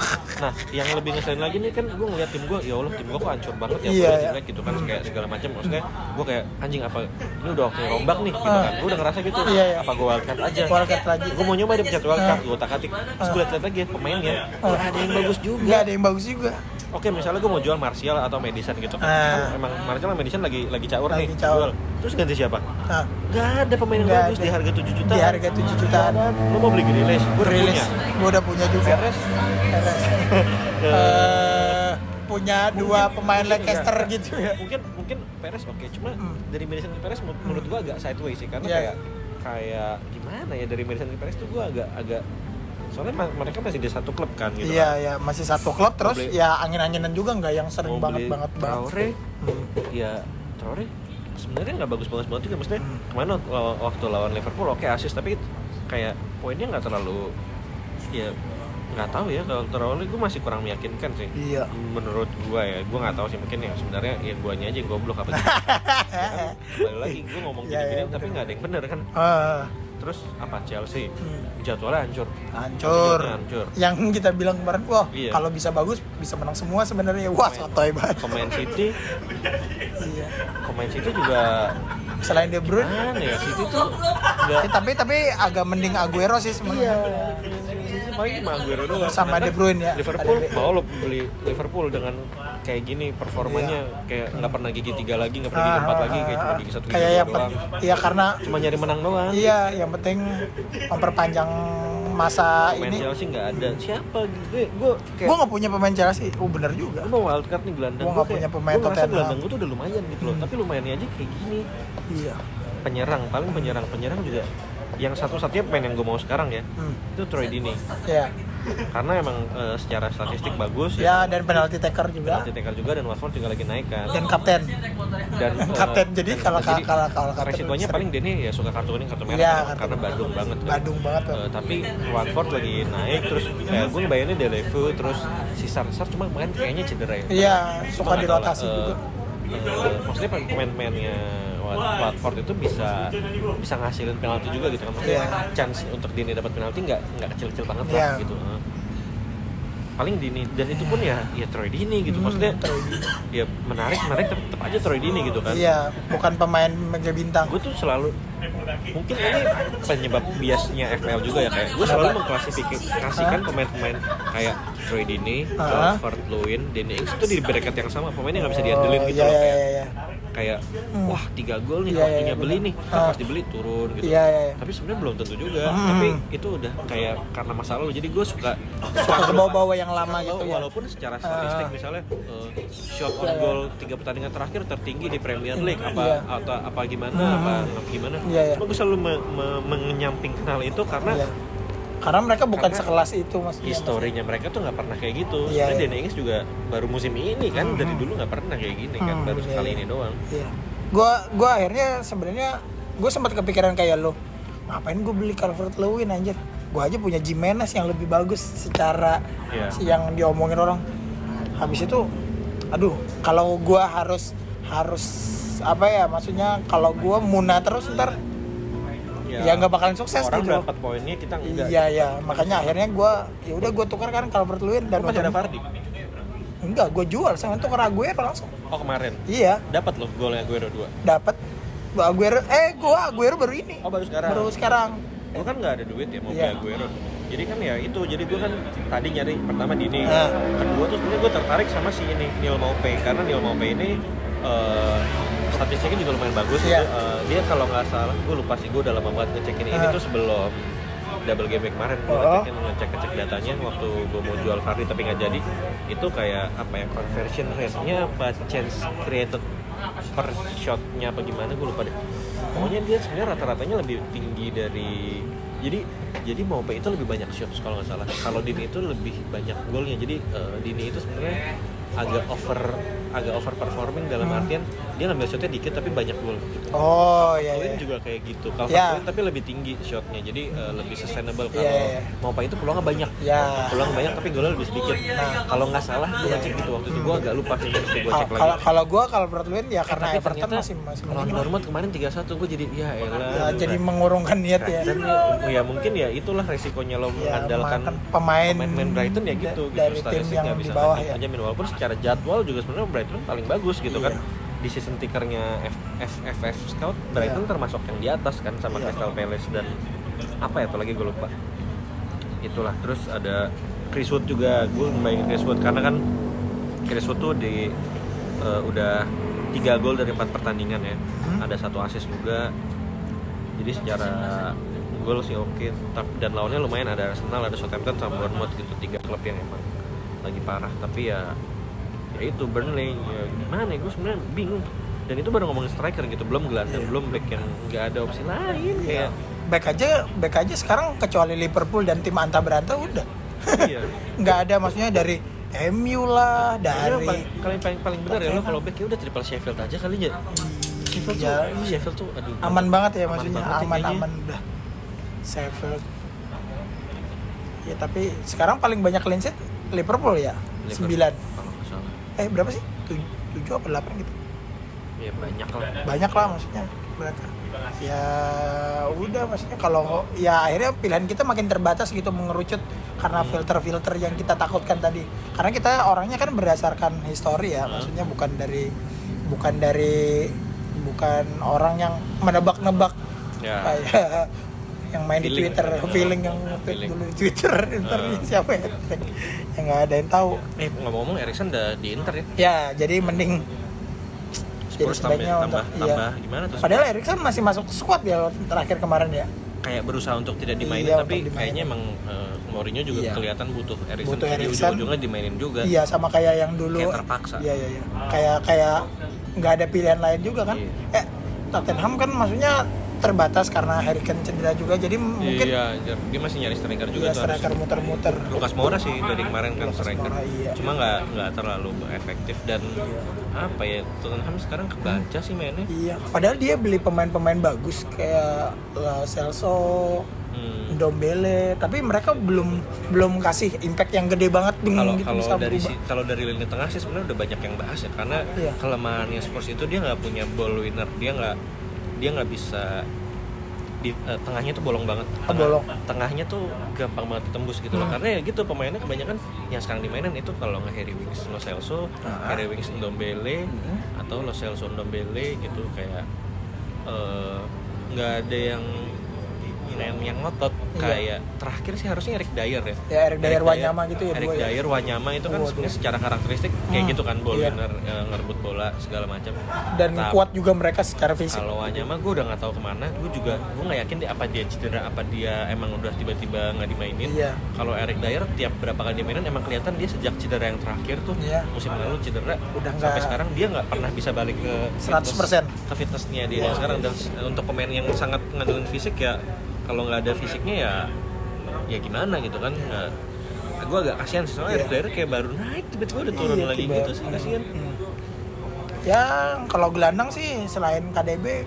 S1: Nah, yang lebih ngeselin lagi nih kan gue ngeliat tim gue, ya Allah tim gue kok hancur banget ya,
S2: Iya,
S1: udah
S2: iya.
S1: jelek gitu kan kayak segala macam. Maksudnya gue kayak anjing apa ini udah waktunya rombak nih gitu kan. Gue udah ngerasa gitu.
S2: Ah. Iya, iya.
S1: Apa gue wildcard aja?
S2: Wildcard lagi.
S1: Gue mau nyoba dia pencet wildcard, gue tak atik. Terus gue liat-liat lagi ya pemainnya,
S2: Ah.
S1: ada yang bagus juga.
S2: nggak ada yang bagus juga
S1: Oke, misalnya gue mau jual Martial atau Madison gitu kan.
S2: Ah.
S1: Kan emang Martial sama Madison lagi lagi caur
S2: Lagi
S1: nih,
S2: caur.
S1: jual. Terus ganti siapa?
S2: nah,
S1: Gak ada pemain yang
S2: Nggak
S1: bagus
S2: ada.
S1: di harga 7 juta.
S2: di harga 7 jutaan
S1: Lo mau beli Grealish? Gue udah
S2: rilis
S1: punya.
S2: gue udah punya juga
S1: Perez?
S2: Perez. Eh, punya dua pemain Leicester gitu ya
S1: Iya. mungkin mungkin Perez oke cuma
S2: Hmm.
S1: dari Madison ke Perez menur- menurut gua agak sideways sih karena
S2: Iya,
S1: kayak kayak gimana ya dari Madison ke Perez tuh gua agak agak soalnya ma- mereka masih di satu klub kan gitu
S2: iya ya masih satu klub terus
S1: Mau beli-
S2: ya angin-anginan juga nggak yang
S1: kan.
S2: sering banget banget banget
S1: Traore
S2: Hmm.
S1: ya Traore sebenarnya nggak bagus-bagus banget juga maksudnya
S2: Hmm.
S1: kemana law- waktu lawan Liverpool oke assist tapi itu kayak poinnya nggak terlalu ya nggak tahu ya kalau Traore gua masih kurang meyakinkan sih
S2: iya
S1: menurut gua ya gua nggak tahu sih mungkin ya sebenarnya ya guanya aja yang goblok apa gitu. Ya kan, kembali lagi gue ngomong
S2: Iya,
S1: gini-gini
S2: iya,
S1: tapi nggak ada yang bener kan
S2: Eh,
S1: terus apa Chelsea
S2: hmm.
S1: jadwalnya hancur
S2: hancur
S1: Hancur.
S2: yang kita bilang kemarin wah
S1: Iya.
S2: kalau bisa bagus bisa menang semua sebenarnya wah
S1: Pemain-
S2: sotoy banget
S1: pemain City
S2: iya.
S1: pemain City juga
S2: selain De Bruyne
S1: kan ya City tuh
S2: eh,
S1: nggak
S2: tapi tapi agak mending Aguero sih sebenarnya
S1: City paling cuma Aguero
S2: Sama
S1: doang Sedangkan
S2: De Bruyne ya.
S1: Liverpool
S2: Ada De-
S1: mau lo beli Liverpool dengan kayak gini performanya
S2: Iya.
S1: kayak nggak pernah gigi tiga lagi nggak pernah gigi empat lagi kayak cuma gigi satu gigi
S2: Ah, kayak
S1: dua
S2: yang
S1: doang
S2: pen- ya karena
S1: cuma nyari menang doang
S2: iya yang penting memperpanjang masa
S1: pemain
S2: ini
S1: Chelsea nggak ada siapa gue gue kayak
S2: gue nggak punya pemain Chelsea oh bener juga
S1: gue mau wildcard nih gelandang
S2: Gua nggak punya pemain
S1: gue ngerasa
S2: Tottenham. Hmm.
S1: gelandang gue tuh udah lumayan gitu loh tapi lumayannya aja kayak gini
S2: iya
S1: penyerang paling penyerang penyerang juga yang satu-satunya pemain yang gue mau sekarang ya
S2: hmm.
S1: itu Troy Dini
S2: ya
S1: karena emang eh, secara statistik bagus
S2: ya dan penalti taker juga
S1: Penalti taker juga dan Watford juga lagi naik kan
S2: dan kapten
S1: dan
S2: dan
S1: eh,
S2: kapten jadi
S1: dan-
S2: kalau
S1: jadi
S2: kalau kalau kapten
S1: resikonya
S2: sering.
S1: paling Dini ya suka kartu kuning kartu merah
S2: Iya,
S1: karena-
S2: kartu
S1: karena badung banget kan.
S2: Badung banget tuh.
S1: Eh, tapi Watford lagi naik terus ya gue ngebayanginnya Delevu terus si Sarsar cuma main kayaknya cedera
S2: Iya,
S1: ya
S2: suka
S1: Cuma nggak tahu lah,
S2: dirotasi
S1: eh,
S2: juga.
S1: eh, maksudnya pemain-pemainnya Wat- Watford itu bisa bisa ngasilin penalti juga gitu kan maksudnya
S2: Iya.
S1: chance untuk Dini dapat penalti nggak nggak kecil-kecil banget
S2: Iya.
S1: lah gitu eh. paling Dini dan itu pun ya ya Troy Dini gitu
S2: Hmm,
S1: maksudnya
S2: Troy Dini.
S1: ya menarik menarik tapi tetap aja Troy Dini gitu kan
S2: Iya, bukan pemain mega bintang.
S1: gue tuh selalu mungkin ini penyebab biasnya FPL juga ya kayak gue selalu mengklasifikasikan pemain-pemain kayak Troy Dini,
S2: Ah.
S1: Alfred Lewin, Danny Ings itu di bracket yang sama pemainnya nggak bisa diandelin
S2: Oh,
S1: gitu
S2: iya,
S1: loh
S2: iya,
S1: kayak,
S2: iya, iya.
S1: kayak
S2: Hmm.
S1: wah tiga gol nih
S2: Iya, iya,
S1: waktunya
S2: iya,
S1: beli
S2: bener.
S1: nih Ntar
S2: Ah.
S1: pas dibeli turun gitu
S2: Iya, iya, iya.
S1: tapi sebenarnya belum tentu juga
S2: Hmm.
S1: tapi itu udah kayak karena masa lalu jadi gue suka
S2: Suka ke bawah-bawah yang lama gitu
S1: Walau-
S2: ya.
S1: walaupun secara statistik
S2: Ah.
S1: misalnya eh, shot on goal tiga pertandingan terakhir tertinggi di Premier League apa
S2: Iya. Hmm.
S1: atau apa gimana apa apa gimana
S2: Iya, iya.
S1: cuma gue selalu me- me- menyampingkan hal itu karena
S2: Iya. Karena mereka bukan
S1: Karena
S2: sekelas itu maksudnya.
S1: historinya mereka tuh nggak pernah kayak gitu
S2: Iya,
S1: Dan
S2: iya.
S1: Danny Ings juga baru musim ini kan dari dulu nggak pernah kayak gini kan
S2: Hmm,
S1: baru
S2: iya,
S1: sekali
S2: iya.
S1: ini doang
S2: Iya. Gua gua akhirnya sebenarnya gue sempat kepikiran kayak lo. Ngapain gue beli Calvert Lewin anjir? Gue aja punya Jimenez yang lebih bagus secara
S1: Iya.
S2: si- yang diomongin orang. Habis itu aduh, kalau gua harus harus apa ya maksudnya kalau gua muna terus ntar ya nggak bakalan sukses
S1: orang
S2: gitu loh.
S1: dapat poinnya kita enggak
S2: Iya ya, makanya akhirnya gue ya udah gue tukar kan Calvert Lewin dan
S1: Lu Oh, masih ada
S2: untung-
S1: Vardy
S2: enggak gue jual sama tukar Aguero langsung.
S1: oh kemarin
S2: Iya,
S1: dapat loh golnya Aguero dua
S2: dapat Aguero eh gue Aguero baru ini.
S1: oh baru sekarang
S2: Baru sekarang.
S1: gue kan nggak ada duit ya mau
S2: Iya.
S1: beli Aguero jadi kan ya itu jadi gue kan tadi nyari pertama Dini
S2: Nah.
S1: kedua tuh sebenarnya gue tertarik sama si ini Neil Maupe karena Neil Maupe ini eh, statistiknya juga lumayan bagus
S2: Iya.
S1: Eh, dia kalau nggak salah gue lupa sih gue udah lama banget ngecek ini ini
S2: Nah.
S1: tuh sebelum double game week kemarin gue
S2: Oh.
S1: ngecek ngecek ngecek datanya waktu gue mau jual Fardi tapi nggak jadi itu kayak apa ya conversion rate-nya apa chance created per shot-nya apa gimana gue lupa deh pokoknya dia sebenarnya rata-ratanya lebih tinggi dari jadi jadi mau itu lebih banyak shots kalau nggak salah kalau Dini itu lebih banyak golnya jadi eh, Dini itu sebenarnya agak over agak overperforming dalam artian dia ngambil shotnya dikit tapi banyak gol gitu.
S2: Oh iya
S1: Calvert-Lewin
S2: iya.
S1: juga kayak gitu. Calvert
S2: Ya.
S1: Lewin tapi lebih tinggi shotnya, jadi eh, lebih sustainable kalau
S2: Ya, ya, ya.
S1: mau pak itu peluangnya banyak.
S2: Ya. Oh, iya,
S1: Peluang banyak tapi golnya lebih sedikit. Nah, kalau nggak salah gue
S2: Ya,
S1: ngecek gitu waktu itu gue agak lupa sih mesti gue
S2: Kalau
S1: cek
S2: kalau-
S1: lagi.
S2: kalau gue kalau Bradley ya karena
S1: Tapi
S2: Everton
S1: ternyata kan.
S2: masih masih
S1: lawan
S2: menang.
S1: Bournemouth kemarin 3-1 gue jadi ya
S2: Ya,
S1: elah.
S2: jadi mengurungkan niat ya.
S1: Brighton ya, ya mungkin ya itulah resikonya
S2: Ya,
S1: lo mengandalkan
S2: makan pemain
S1: pemain-pemain Brighton ya gitu
S2: da- dari
S1: gitu
S2: tim
S1: statistik
S2: yang
S1: nggak
S2: di
S1: bisa
S2: bawah
S1: ngasih
S2: ya.
S1: penjamin. walaupun secara jadwal juga sebenarnya Brighton paling bagus gitu
S2: Iya.
S1: kan di season tikernya FFF Scout Brighton
S2: Iya.
S1: termasuk yang di atas kan sama
S2: Iya.
S1: Crystal Palace dan apa ya tuh lagi gue lupa itulah terus ada Chris Wood juga gue membayangin Chris Wood karena kan Chris Wood tuh di eh, udah tiga gol dari empat pertandingan ya
S2: Hmm?
S1: ada satu assist juga jadi secara gol sih oke Tap- dan lawannya lumayan ada Arsenal ada Southampton sama Bournemouth gitu tiga klub yang emang lagi parah tapi ya ya itu Burnley ya gimana ya gue sebenarnya bingung dan itu baru ngomongin striker gitu belum gelandang
S2: Iya.
S1: belum back yang nggak ada opsi lain kayak
S2: Ya. Back aja, back aja sekarang kecuali Liverpool dan tim anta beranta udah.
S1: iya
S2: Nggak ada maksudnya dari MU lah,
S1: Kayaknya
S2: dari
S1: Iya, paling paling paling, paling benar ya lo kalau back ya udah triple Sheffield aja kali ya. Sheffield tuh,
S2: Ya,
S1: ih, Sheffield tuh aduh.
S2: Iya. aman banget ya
S1: Aman
S2: maksudnya
S1: banget ya
S2: aman
S1: kayaknya.
S2: aman udah Sheffield ya tapi sekarang paling banyak clean sheet Liverpool ya
S1: Liverpool.
S2: sembilan
S1: Kalau nggak salah.
S2: eh berapa sih tujuh, tujuh apa delapan gitu
S1: Ya banyak lah.
S2: banyak lah maksudnya mereka ya udah maksudnya kalau ya akhirnya pilihan kita makin terbatas gitu mengerucut
S1: Hmm.
S2: karena filter-filter yang kita takutkan tadi karena kita orangnya kan berdasarkan histori
S1: Hmm.
S2: ya maksudnya bukan dari bukan dari bukan orang yang menebak-nebak
S1: Ya.
S2: kayak yang main di
S1: Feeling. Ah,
S2: Twitter feeling yang nge-tweet
S1: Feeling. Ah.
S2: dulu di Twitter ntar siapa ya yang nggak ada yang tahu
S1: Eh ngomong-ngomong Erikson udah di Inter ya.
S2: ya jadi mending
S1: Spurs tambah
S2: sebaiknya
S1: tambah
S2: untuk-
S1: tambah
S2: iya.
S1: gimana tuh?
S2: padahal Erikson masih masuk squad ya terakhir kemarin ya
S1: kayak berusaha untuk tidak dimainin
S2: Iya,
S1: tapi
S2: untuk dimainin.
S1: kayaknya emang eh, Mourinho juga
S2: Iya.
S1: kelihatan butuh Erikson.
S2: Butuh
S1: Jadi
S2: Erikson.
S1: ujung-ujungnya dimainin juga.
S2: iya sama kayak yang dulu
S1: Kayak terpaksa.
S2: iya iya iya kayak kayak nggak ada pilihan lain juga kan
S1: Iya.
S2: eh Tottenham kan maksudnya terbatas karena Harry Kane cedera juga jadi mungkin
S1: Iya, dia masih nyari striker juga
S2: iya
S1: tuh harus.
S2: striker muter-muter
S1: Lukas Moura sih dari kemarin kan
S2: Lucas
S1: striker.
S2: Moura, iya.
S1: Cuma nggak nggak terlalu efektif dan apa ya Tottenham sekarang kebaca sih mainnya.
S2: Iya, padahal dia beli pemain-pemain bagus kayak Lo Celso,
S1: Hmm.
S2: Dombele, tapi mereka belum belum kasih impact yang gede banget ding,
S1: Kalau
S2: gitu
S1: kalau
S2: bisa
S1: dari
S2: berubah.
S1: si- kalau dari lini tengah sih sebenarnya udah banyak yang bahas ya karena
S2: Iya.
S1: kelemahannya Spurs itu dia nggak punya ball winner, dia nggak dia nggak bisa di eh, tengahnya tuh bolong banget.
S2: Ah, bolong. Hmm.
S1: Tengahnya tuh gampang banget ditembus gitu loh. Karena ya gitu pemainnya kebanyakan yang sekarang dimainin itu kalau nggak Harry Wings, Lo Celso,
S2: Ah.
S1: Harry Wings, Ndombele
S2: Hmm.
S1: atau Lo Celso, Ndombele gitu kayak eh, nggak ada yang yang yang ngotot kayak terakhir sih harusnya Eric Dyer ya
S2: Iya. Ya, Eric Dyer, Wanyama gitu ya,
S1: Eric
S2: dua ya.
S1: Dyer Wanyama itu kan
S2: Waduh.
S1: sebenarnya secara karakteristik kayak gitu kan ball
S2: iya.
S1: winner eh, ngerebut bola segala macam
S2: dan
S1: Tapi
S2: kuat juga mereka secara fisik.
S1: kalau Wanyama gue udah nggak tahu kemana gue juga gue nggak yakin dia apa dia cedera apa dia emang udah tiba-tiba nggak dimainin
S2: Iya.
S1: kalau Eric Dyer tiap berapa kali dimainin emang kelihatan dia sejak cedera yang terakhir tuh
S2: Iya.
S1: musim lalu cedera
S2: Udah
S1: sampai
S2: nggak-
S1: sekarang dia nggak pernah bisa balik ke
S2: 100%.
S1: fitness- ke fitnessnya dia
S2: Iya.
S1: yang sekarang dan s- untuk pemain yang sangat ngandungin fisik ya kalau nggak ada fisiknya ya ya gimana gitu kan gue agak kasihan sih
S2: Iya.
S1: soalnya Eric Dyer kayak baru naik tiba-tiba udah turun
S2: Iya,
S1: lagi
S2: tiba-
S1: gitu sih kasihan
S2: Hmm. Ya, kalau gelandang sih selain KDB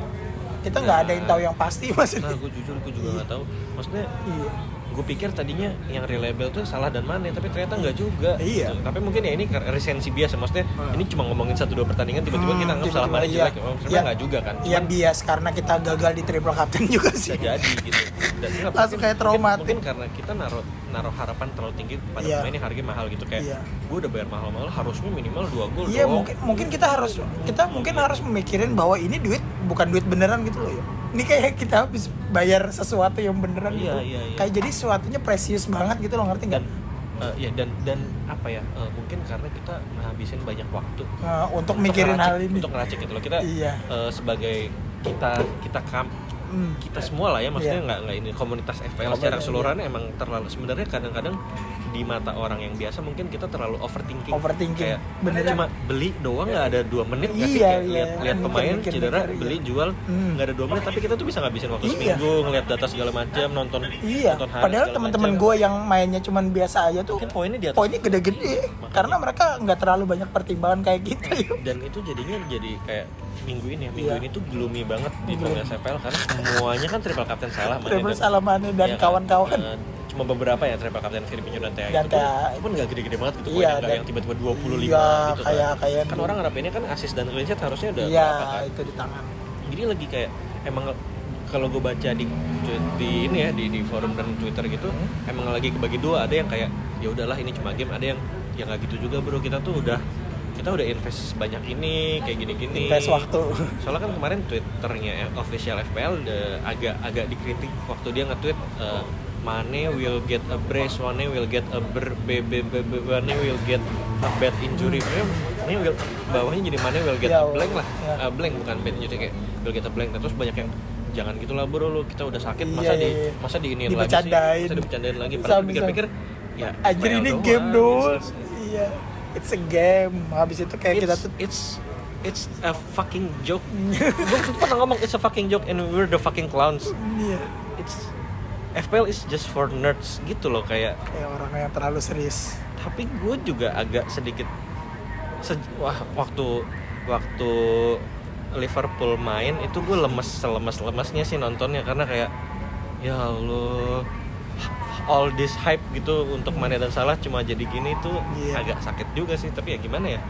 S2: kita nggak ada yang tahu yang pasti
S1: nah
S2: maksudnya.
S1: gue jujur gue juga nggak tahu maksudnya
S2: Iya.
S1: gue pikir tadinya yang reliable tuh salah dan mana tapi ternyata nggak juga
S2: Iya.
S1: Gitu. tapi mungkin ya ini ker- resensi biasa maksudnya ini cuma ngomongin satu dua pertandingan tiba-tiba
S2: Hmm,
S1: kita anggap salah
S2: tiba-tiba
S1: mana
S2: iya.
S1: jelek oh, sebenarnya
S2: Iya.
S1: nggak juga kan
S2: Ya bias karena kita gagal di triple captain juga
S1: bisa
S2: sih.
S1: jadi gitu dan nggak,
S2: Langsung kayak traumatik.
S1: mungkin, mungkin karena kita naruh naruh harapan terlalu tinggi pada
S2: Iya.
S1: pemain yang harganya mahal gitu kayak
S2: Iya.
S1: gue udah bayar mahal-mahal harusnya minimal dua gol
S2: Iya
S1: dong.
S2: mungkin mungkin kita harus kita mungkin harus memikirin bahwa ini duit bukan duit beneran gitu loh ya. Ini kayak kita habis bayar sesuatu yang beneran
S1: Iya,
S2: gitu.
S1: iya, iya.
S2: Kayak jadi sesuatunya precious banget gitu loh ngerti
S1: dan
S2: nggak?
S1: eh, ya dan dan apa ya eh, mungkin karena kita menghabisin banyak waktu
S2: Nah, untuk mikirin
S1: ngeracik-
S2: hal ini.
S1: untuk ngeracik gitu loh kita
S2: Iya.
S1: eh, sebagai kita kita kam
S2: Hmm.
S1: kita semua lah ya maksudnya nggak nggak ini komunitas FPL secara
S2: Iya. Komunitas, iya.
S1: keseluruhan emang terlalu sebenarnya kadang-kadang di mata orang yang biasa mungkin kita terlalu overthinking
S2: Overthinking.
S1: kayak
S2: Bener. kan?"
S1: cuma beli doang nggak ada dua menit nggak sih
S2: Iya,
S1: kayak
S2: iya.
S1: lihat lihat
S2: Mikir,
S1: pemain
S2: mikir,
S1: cedera
S2: mikir, iya.
S1: beli jual
S2: Hmm.
S1: nggak ada dua menit tapi kita tuh bisa ngabisin waktu
S2: Iya.
S1: seminggu ngeliat data segala macam nonton
S2: Iya,
S1: nonton hari
S2: padahal
S1: segala
S2: teman-teman
S1: macam.
S2: gue yang mainnya cuman biasa aja tuh
S1: mungkin poinnya di atas Iya,
S2: poinnya gede-gede karena mereka nggak terlalu banyak pertimbangan kayak gitu ya.
S1: dan itu jadinya jadi kayak minggu ini ya, minggu
S2: Iya.
S1: ini tuh gloomy banget di
S2: Gloomy.
S1: Kongres FPL karena semuanya kan triple captain salah makanya
S2: Triple
S1: dan-
S2: Salamane dan
S1: ya kan,
S2: kawan-kawan.
S1: eh, cuma beberapa ya triple captain Firmino dan Tea
S2: Oh, Dan
S1: itu pun,
S2: Thea.
S1: itu pun nggak gede-gede banget gitu
S2: Iya,
S1: poinnya nggak
S2: dan-
S1: yang tiba-tiba 25
S2: Iya,
S1: gitu
S2: kayak-
S1: kan
S2: kayak-
S1: kan orang harapinnya kan assist dan clean sheet harusnya udah
S2: Iya,
S1: berapa kan
S2: itu di tangan.
S1: jadi lagi kayak emang kalau gue baca di di ini ya di, di forum dan twitter gitu
S2: Hmm.
S1: emang lagi kebagi dua ada yang kayak ya udahlah ini cuma game ada yang yang nggak gitu juga bro kita tuh udah kita udah invest banyak ini kayak gini-gini
S2: Invest waktu.
S1: soalnya kan kemarin twitternya eh, official FPL de- agak agak dikritik waktu dia nge-tweet eh, Mane will get a brace, Mane will get a ber, be, be, be, be- Mane will get a bad injury.
S2: Hmm.
S1: Mane- Mane will bawahnya jadi Mane will get
S2: Iya,
S1: a blank lah,
S2: iya.
S1: Eh, blank bukan bad injury kayak will get a blank. Nah, Terus banyak yang jangan gitulah bro lu kita udah sakit
S2: Iya,
S1: masa di
S2: iya, iya.
S1: masa diinin lagi sih
S2: Dibecandain.
S1: masa dibecandain lagi
S2: Bisa,
S1: padahal
S2: bisa.
S1: pikir-pikir ya
S2: Anjir
S1: FPL
S2: ini
S1: doang,
S2: game
S1: it's-
S2: doang.
S1: it's-
S2: Iya. It's a game. Habis itu kayak kita
S1: it's,
S2: tuh
S1: it's it's a fucking joke. Gue pernah ngomong it's a fucking joke and we're the fucking clowns.
S2: iya.
S1: It's FPL is just for nerds gitu loh kayak.
S2: Kayak orang yang terlalu serius.
S1: Tapi gue juga agak sedikit se- wah waktu waktu Liverpool main itu gue lemes selemes lemesnya sih nontonnya karena kayak ya Allah all this hype gitu untuk Mane dan Salah cuma jadi gini tuh
S2: Iya.
S1: agak sakit juga sih tapi ya gimana ya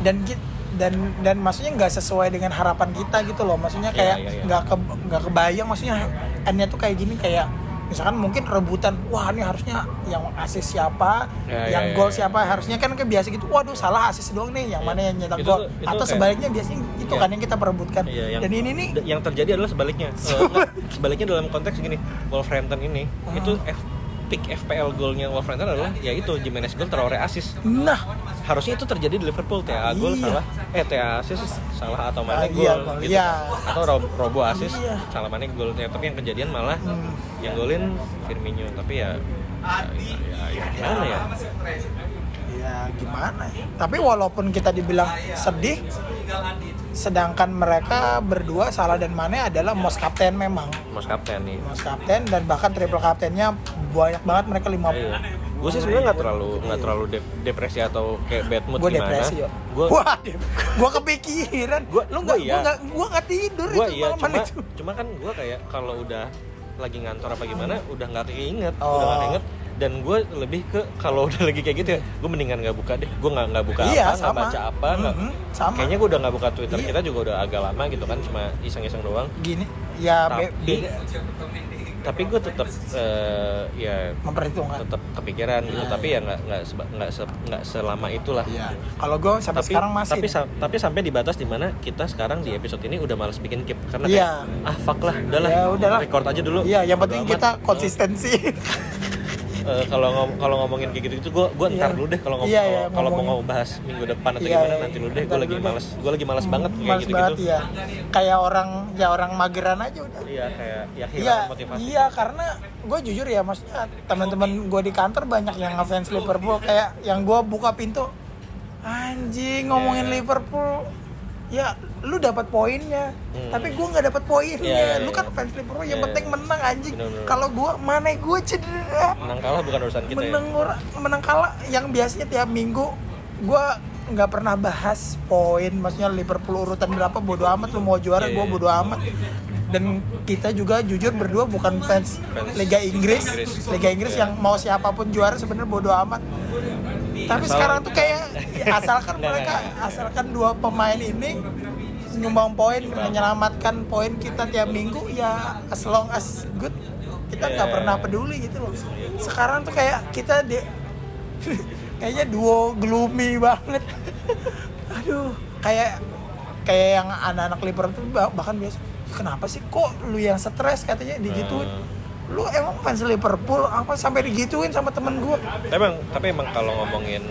S2: Dan ki- dan dan maksudnya nggak sesuai dengan harapan kita gitu loh maksudnya
S1: Iya,
S2: kayak
S1: iya, iya.
S2: nggak ke nggak kebayang maksudnya endnya tuh kayak gini kayak misalkan mungkin rebutan wah ini harusnya yang asis siapa
S1: Iya,
S2: yang
S1: iya,
S2: gol
S1: iya.
S2: siapa harusnya kan kayak biasa gitu waduh salah asis doang nih yang
S1: Iya.
S2: mana yang nyetak
S1: Itu
S2: gol
S1: tuh- itu
S2: atau
S1: kayak-
S2: sebaliknya biasanya itu
S1: Iya.
S2: kan yang kita perebutkan
S1: Iya, yang-
S2: dan ini nih
S1: D- yang terjadi adalah sebaliknya. Eh, enggak, sebaliknya dalam konteks gini, Wolverhampton ini
S2: Ah. Iya.
S1: itu F, peak FPL golnya Wolverhampton adalah yaitu Jimenez gol Traore assist.
S2: nah
S1: Harusnya itu terjadi di Liverpool, TA gol
S2: Iya.
S1: salah, eh TA assist salah atau
S2: Ah,
S1: mana gol
S2: iya, gol,
S1: gitu.
S2: iya.
S1: Atau rob- robo assist
S2: Iya.
S1: salah mana gol. Ya, tapi yang kejadian malah
S2: Hmm.
S1: yang golin Firmino, tapi ya ya, ya, ya, gimana ya?
S2: ya gimana ya tapi walaupun kita dibilang sedih sedangkan mereka berdua Salah dan Mane adalah most captain memang
S1: Mas kapten nih.
S2: most captain dan bahkan triple captainnya banyak banget mereka 50
S1: Gue Iya. sih sebenarnya nggak terlalu nggak terlalu dep- depresi atau kayak bad mood
S2: gue
S1: gimana.
S2: depresi yo
S1: Gua-
S2: wah dep- gua kepikiran
S1: Gua-
S2: lu nggak
S1: gua iya.
S2: gua nggak gua nggak tidur
S1: gue
S2: itu
S1: iya
S2: malaman
S1: cuma
S2: itu.
S1: cuma kan gue kayak kalau udah lagi ngantor apa gimana udah nggak keinget
S2: Oh.
S1: udah nggak keinget dan gue lebih ke kalau udah lagi kayak gitu ya gue mendingan nggak buka deh gue nggak nggak buka
S2: Iya,
S1: apa nggak
S2: sama.
S1: baca apa nggak
S2: Mhm, sama.
S1: kayaknya gue udah nggak buka twitter
S2: Iya.
S1: kita juga udah agak lama gitu kan cuma iseng-iseng doang
S2: gini ya be-
S1: tapi
S2: beda
S1: tapi gue tetap eh, ya
S2: memperhitungkan
S1: tetap kepikiran gitu
S2: Iya,
S1: tapi ya nggak nggak seba- nggak se- nggak selama itulah
S2: Iya. kalau gue sampai
S1: tapi
S2: sekarang masih
S1: tapi sa- tapi sampai di batas dimana kita sekarang di episode ini udah males bikin keep karena
S2: Iya.
S1: kayak ah fuck lah udahlah,
S2: Ya, udahlah.
S1: record aja dulu
S2: iya yang
S1: Bodo
S2: penting
S1: amat.
S2: kita konsistensi
S1: Eh, kalau ngom- kalau ngomongin kayak gitu gitu gue gue
S2: Iya.
S1: ntar dulu deh kalau ngom-
S2: Iya, iya,
S1: kalau mau
S2: ngomongin.
S1: bahas minggu depan atau
S2: Iya,
S1: gimana
S2: iya,
S1: nanti
S2: iya.
S1: dulu deh gue
S2: Ntar
S1: lagi
S2: dulu deh.
S1: males gue lagi males banget kayak
S2: Males
S1: gitu
S2: banget
S1: gitu
S2: ya kayak orang ya orang mageran aja udah
S1: iya kayak ya
S2: Iya,
S1: kehilangan motivasi
S2: iya karena gue jujur ya maksudnya teman-teman gue di kantor banyak yang ngefans Liverpool kayak yang gue buka pintu anjing ngomongin
S1: Iya.
S2: Liverpool ya lu dapat poinnya
S1: Hmm.
S2: tapi gue nggak dapat poinnya
S1: Iya, iya,
S2: lu
S1: iya.
S2: kan fans Liverpool yang
S1: Iya,
S2: penting
S1: iya.
S2: menang anjing
S1: Bener-bener.
S2: kalau gue mana gue cedera
S1: menang kalah bukan urusan kita ya.
S2: menang ora- menang kalah yang biasanya tiap minggu gue nggak pernah bahas poin maksudnya Liverpool urutan berapa bodo amat lu mau juara
S1: Iya,
S2: gue
S1: iya.
S2: bodo amat dan kita juga jujur berdua bukan fans
S1: Fans
S2: Liga Inggris
S1: Inggris.
S2: Liga Inggris
S1: Iya.
S2: yang mau siapapun juara sebenarnya bodo amat tapi
S1: Asal-
S2: sekarang tuh kayak ya, asalkan
S1: Nah,
S2: mereka
S1: nah, nah.
S2: asalkan dua pemain ini nyumbang poin menyelamatkan poin kita tiap minggu ya as long as good kita nggak
S1: Yeah.
S2: pernah peduli gitu loh sekarang tuh kayak kita di kayaknya duo gloomy banget aduh kayak kayak yang anak-anak Liverpool bah- bahkan biasa kenapa sih kok lu yang stres katanya digituin
S1: Hmm.
S2: lu emang fans Liverpool apa sampai digituin sama temen gue Iya.
S1: Tapi emang tapi emang kalau ngomongin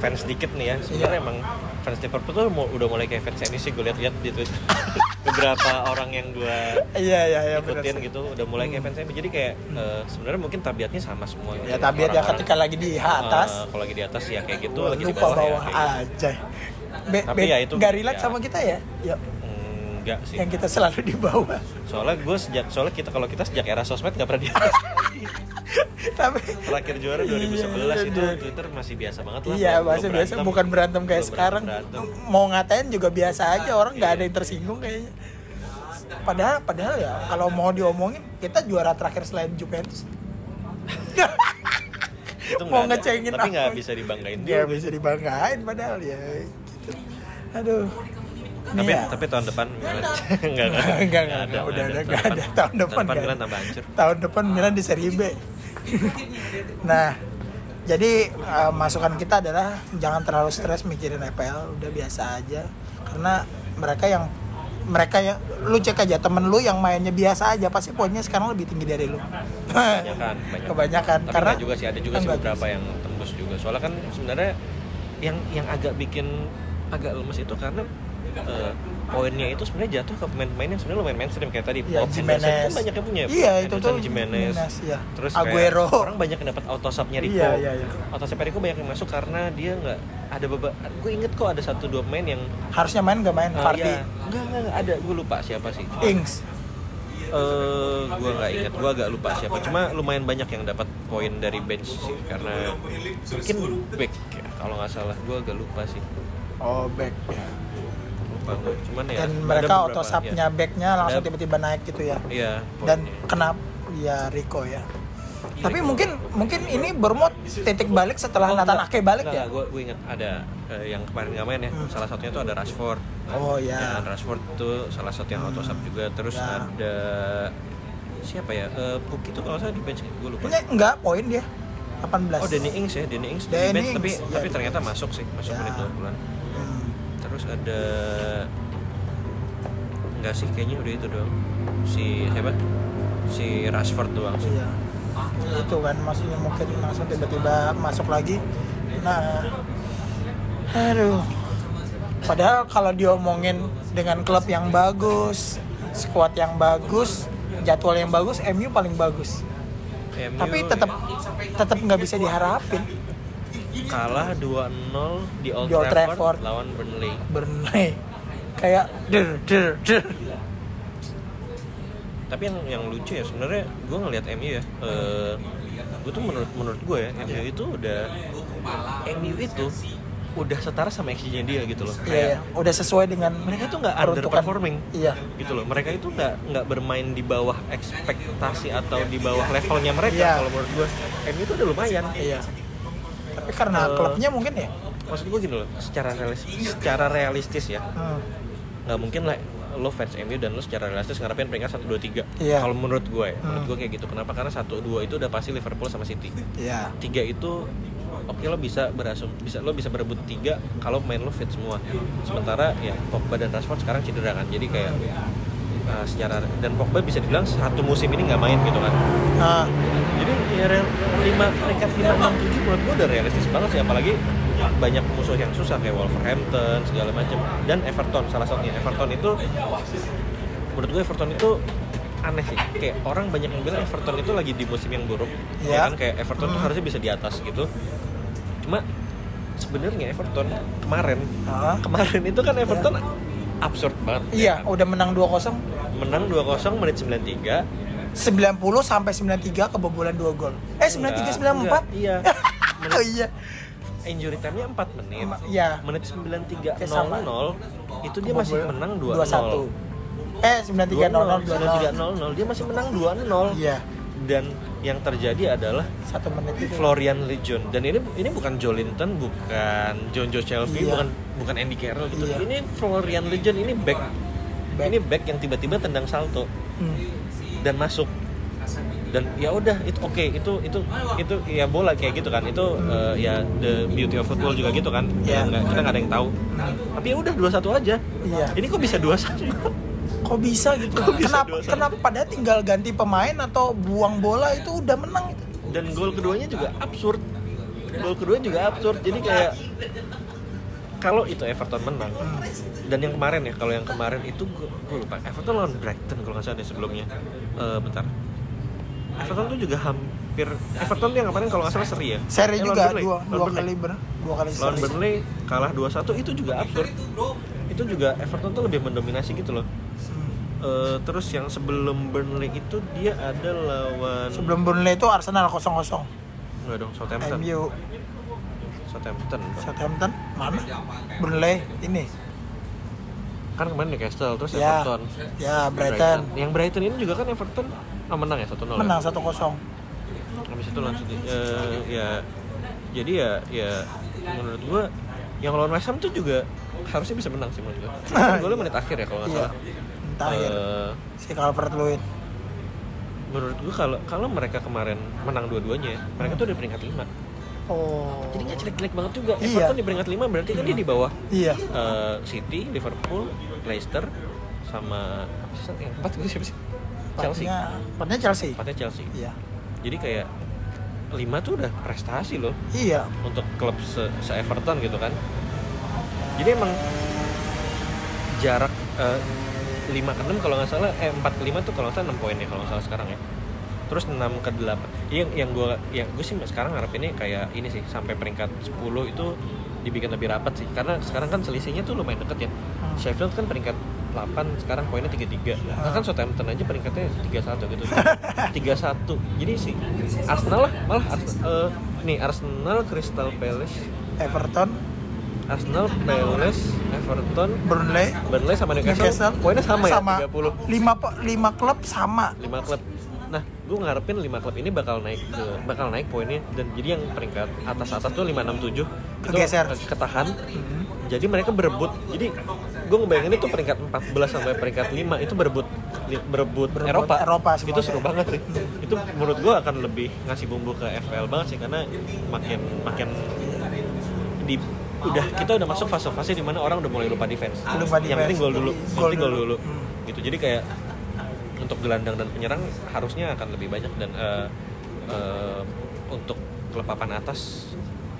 S1: fans dikit nih ya sebenarnya emang fans Liverpool tuh mau, udah mulai kayak fans ini sih gue lihat-lihat di Twitter beberapa orang yang gue
S2: Iya iya iya benar. sih.
S1: ikutin
S2: Hmm.
S1: gitu udah mulai kayak fans MU. jadi kayak eh, sebenarnya mungkin tabiatnya sama semua gitu.
S2: Ya tabiat ya
S1: Orang-orang,
S2: ketika lagi di
S1: eh,
S2: atas,
S1: kalau lagi di atas ya kayak gitu
S2: wah,
S1: lagi di
S2: lupa
S1: bawah, ya
S2: bawah
S1: kayak gitu.
S2: aja. Be,
S1: Tapi
S2: be,
S1: ya itu-
S2: nggak relate
S1: ya.
S2: sama kita ya? Yuk,
S1: Hmm, enggak sih
S2: yang kita selalu di bawah.
S1: soalnya gue sejak soalnya kita kalau kita sejak era sosmed nggak pernah di atas
S2: Tapi
S1: terakhir juara
S2: Iya,
S1: 2011 itu
S2: bener.
S1: Twitter masih biasa banget lah
S2: Iya,
S1: belum-
S2: bahasa
S1: belum
S2: biasa bukan berantem kayak
S1: belum
S2: sekarang.
S1: berantem. Iya.
S2: Mau ngatain juga biasa aja, orang nggak ada yang tersinggung kayaknya. Padahal padahal ya kalau mau diomongin kita juara terakhir selain Juventus.
S1: Itu
S2: mau
S1: nggak ada.
S2: ngecengin Iya,
S1: tapi nggak
S2: apa.
S1: bisa dibanggain
S2: Dia
S1: juga.
S2: bisa dibanggain padahal ya gitu. Aduh. Iya.
S1: tapi
S2: Nia,
S1: tapi tahun depan Milan nggak
S2: Enggak, enggak, enggak, udah ada, enggak ada. Tahun depan enggak
S1: Milan
S2: ada.
S1: tambah hancur Ah.
S2: tahun depan Milan di Serie B. nah, jadi eh, masukan kita adalah jangan terlalu stres mikirin EPL, udah biasa aja. Karena mereka yang mereka yang lu cek aja temen lu yang mainnya biasa aja pasti poinnya sekarang lebih tinggi dari lu.
S1: kebanyakan banyak.
S2: Kebanyakan,
S1: tapi
S2: karena-
S1: nggak juga sih ada juga sih
S2: Enggak.
S1: beberapa yang tembus juga soalnya kan sebenarnya yang yang agak bikin agak lemes itu karena eh, poinnya itu sebenarnya jatuh ke pemain-pemain yang sebenarnya lumayan mainstream kayak tadi
S2: Iya,
S1: Pop,
S2: Jimenez.
S1: Henderson kan banyak yang punya
S2: Iya, itu
S1: Henderson,
S2: tuh
S1: Jimenez,
S2: Jimenez, iya.
S1: terus
S2: Aguero.
S1: kayak orang banyak yang dapat autosapnya Rico
S2: Iya, iya, iya.
S1: autosapnya Rico banyak yang masuk karena dia nggak ada beban gue inget kok ada satu dua pemain yang
S2: Harusnya main gak main,
S1: eh,
S2: Fardi,
S1: iya. Nggak, nggak, nggak, ada gue lupa siapa sih Cuma-
S2: Ings.
S1: eh gue nggak ingat, gue agak lupa siapa. Cuma lumayan banyak yang dapat poin dari bench sih karena mungkin back ya, kalau nggak salah gue agak lupa sih.
S2: Oh, back.
S1: Lupa gue. Cuman ya.
S2: Dan
S1: Iya. ada
S2: mereka
S1: beberapa, iya.
S2: otosapnya backnya langsung
S1: Ada-
S2: tiba-tiba naik gitu ya.
S1: Iya.
S2: dan
S1: poinnya.
S2: kenapa ya Rico ya
S1: Iya,
S2: tapi
S1: Rico.
S2: mungkin mungkin ini bermot titik balik setelah Nathan Ake balik ya Hmm.
S1: gue gue inget ada eh, yang kemarin nggak main ya. Salah satunya tuh ada Rashford.
S2: Oh, iya.
S1: Ya, Rashford tuh salah satu yang otosap juga. Terus
S2: Iya.
S1: ada siapa ya? Eh Puki tuh kalau nggak salah di bench gue lupa.
S2: ini enggak poin dia 18
S1: Oh Danny Ings ya, Danny Ings di
S2: Danny
S1: bench tapi
S2: Ings, iya.
S1: tapi ternyata masuk sih, masuk
S2: Ya.
S1: menit 20-an.
S2: Hmm.
S1: Terus ada nggak sih kayaknya udah itu doang. Si siapa? Si Rashford doang sih.
S2: iya itu kan maksudnya mungkin langsung tiba-tiba masuk lagi nah aduh padahal kalau diomongin dengan klub yang bagus skuad yang bagus jadwal yang bagus MU paling bagus
S1: MU
S2: tapi tetap tetap nggak bisa diharapin
S1: kalah 2-0 di Old,
S2: Di Old Trafford.
S1: Trafford, lawan Burnley.
S2: Burnley kayak der der der
S1: Tapi yang yang lucu ya sebenarnya gue ngelihat MU ya. Eh gue tuh menurut menurut gue ya MU itu udah MU itu udah setara sama XG-nya dia gitu loh.
S2: Iya, iya.
S1: Kayak
S2: udah sesuai dengan
S1: mereka tuh nggak
S2: peruntukan.
S1: underperforming.
S2: Iya.
S1: gitu loh mereka itu nggak nggak bermain di bawah ekspektasi atau di bawah levelnya mereka
S2: Iya.
S1: kalau menurut gue MU itu udah lumayan
S2: Iya. Tapi karena
S1: Eh,
S2: klubnya mungkin ya.
S1: maksud gue gini loh secara realis secara realistis ya
S2: Hmm.
S1: nggak mungkin lah lo fans MU dan lo secara realistis ngarepin peringkat 1 2 3
S2: Iya.
S1: kalau menurut gue ya. menurut
S2: Hmm.
S1: gue kayak gitu kenapa karena 1 2 itu udah pasti Liverpool sama City
S2: Iya.
S1: tiga itu oke lo bisa berasum bisa lo bisa berebut tiga kalau main lo fit semua sementara ya Pogba dan Rashford sekarang cedera kan jadi kayak uh, secara dan Pogba bisa dibilang satu musim ini nggak main gitu kan
S2: Nah,
S1: jadi ya real- lima peringkat lima enam tujuh menurut gue udah realistis banget sih apalagi banyak musuh yang susah kayak Wolverhampton segala macam dan Everton salah satunya Everton itu menurut gue Everton itu aneh sih kayak orang banyak yang bilang Everton itu lagi di musim yang buruk
S2: Iya.
S1: ya kan kayak Everton tuh
S2: Hmm.
S1: harusnya bisa di atas gitu cuma sebenarnya Everton kemarin
S2: ah.
S1: kemarin itu kan Everton absurd banget
S2: iya,
S1: ya kan?
S2: udah menang 2-0.
S1: menang 2-0 menit 93
S2: 90 sampai 93 kebobolan 2 gol. Eh
S1: Iya.
S2: 93
S1: Enggak,
S2: 94.
S1: iya
S2: Oh iya.
S1: injury time-nya 4 menit.
S2: Ma- iya.
S1: Menit
S2: Ya, sama.
S1: 93.00 itu dia masih
S2: Kebobolan
S1: menang
S2: 2-1.
S1: 2-0. 2-1.
S2: Eh 93 00 2
S1: 93.00 dia masih menang 2-0.
S2: Iya.
S1: Dan yang terjadi adalah
S2: 1 menit itu.
S1: Florian Lejeune dan ini ini bukan Jolinton, bukan Jonjo Shelby,
S2: Iya.
S1: bukan bukan Andy Carroll gitu.
S2: Iya.
S1: Ini Florian Lejeune ini back,
S2: Back.
S1: ini back yang tiba-tiba tendang salto
S2: Hmm.
S1: dan masuk dan ya udah itu oke itu itu itu ya bola kayak gitu kan itu eh, ya the beauty of football juga gitu kan
S2: Iya.
S1: Nggak- kita nggak ada yang tahu
S2: Hmm.
S1: tapi ya udah dua satu aja
S2: Iya.
S1: ini kok bisa dua satu
S2: Kok bisa gitu?
S1: bisa
S2: kenapa
S1: 2-1?
S2: kenapa padahal tinggal ganti pemain atau buang bola itu udah menang gitu? itu.
S1: dan gol keduanya juga absurd gol kedua juga absurd jadi kayak kalau itu Everton menang dan yang kemarin ya kalau yang kemarin itu gue, gue lupa Everton lawan Brighton kalau nggak salah deh sebelumnya Eh, bentar Everton tuh juga hampir Everton tuh yang kemarin kalau nggak salah seri ya
S2: Seri
S1: Eh, lawan
S2: juga
S1: Burnley.
S2: dua
S1: Lawan
S2: dua
S1: Burnley.
S2: kali ber dua kali
S1: lawan
S2: seri.
S1: Burnley kalah 2-1 itu juga absurd itu juga Everton tuh lebih mendominasi gitu loh
S2: Hmm.
S1: Eh, terus yang sebelum Burnley itu dia ada lawan
S2: Sebelum Burnley itu Arsenal 0-0.
S1: nggak dong Southampton
S2: MU
S1: Southampton
S2: Southampton mana? Burnley ini.
S1: kan kemarin Newcastle terus
S2: Ya.
S1: Everton
S2: Ya, Brighton
S1: yang Brighton ini juga kan Everton ah, menang ya 1-0 ya?
S2: menang 1-0.
S1: habis itu langsung di- eh, ya jadi ya ya menurut gua yang lawan West Ham tuh juga harusnya bisa menang sih menurut gua Kan golnya menit akhir ya kalau nggak
S2: Iya.
S1: salah
S2: Entah ya.
S1: Eh,
S2: Si Calvert-Lewin.
S1: menurut gua kalau kalau mereka kemarin menang dua-duanya mereka tuh udah peringkat 5
S2: Oh.
S1: jadi nggak jelek-jelek banget juga
S2: Iya.
S1: Everton di peringkat 5 berarti kan dia di bawah
S2: Iya.
S1: eh, City, Liverpool, Leicester sama apa sih yang empat gua siapa sih? Chelsea.
S2: Empatnya, empatnya Chelsea.
S1: Empatnya Chelsea.
S2: Iya.
S1: Jadi kayak 5 tuh udah prestasi loh
S2: Iya.
S1: untuk klub se, se- Everton gitu kan jadi emang jarak eh, 5 ke 6 kalau nggak salah eh 4 ke 5 tuh kalau nggak salah 6 poin ya kalau nggak salah sekarang ya terus 6 ke 8 yang yang gue yang gue sih sekarang ngarepinnya kayak ini sih sampai peringkat 10 itu dibikin lebih rapat sih karena sekarang kan selisihnya tuh lumayan deket ya
S2: Hmm.
S1: Sheffield kan peringkat 8 sekarang poinnya 33 bahkan Southampton aja peringkatnya 31 gitu 31 jadi sih Arsenal lah malah Ars- eh, nih Arsenal Crystal Palace
S2: Everton,
S1: Arsenal Palace Everton
S2: Burnley,
S1: Burnley sama Newcastle,
S2: Newcastle.
S1: poinnya sama,
S2: Iya, sama
S1: ya 30
S2: lima po- lima klub sama.
S1: 5 klub nah gue ngarepin 5 klub ini bakal naik ke, bakal naik poinnya dan jadi yang peringkat atas atas tuh 5 6 7 itu
S2: Kegeser. Mhm.
S1: eh, ketahan jadi mereka berebut jadi gue ngebayangin itu peringkat 14 sampai peringkat 5 itu berebut li- berebut,
S2: Berebut
S1: Eropa,
S2: Eropa semuanya. Mhm.
S1: itu seru banget sih itu menurut gue akan lebih ngasih bumbu ke FPL banget sih karena makin makin di udah kita udah masuk fase-fase di mana orang udah mulai lupa defense
S2: Lupa
S1: yang
S2: defense.
S1: penting gol dulu yang
S2: Gol
S1: penting gol
S2: dulu. Mhm.
S1: dulu gitu jadi kayak untuk gelandang dan penyerang harusnya akan lebih banyak dan eh, eh, untuk klub papan atas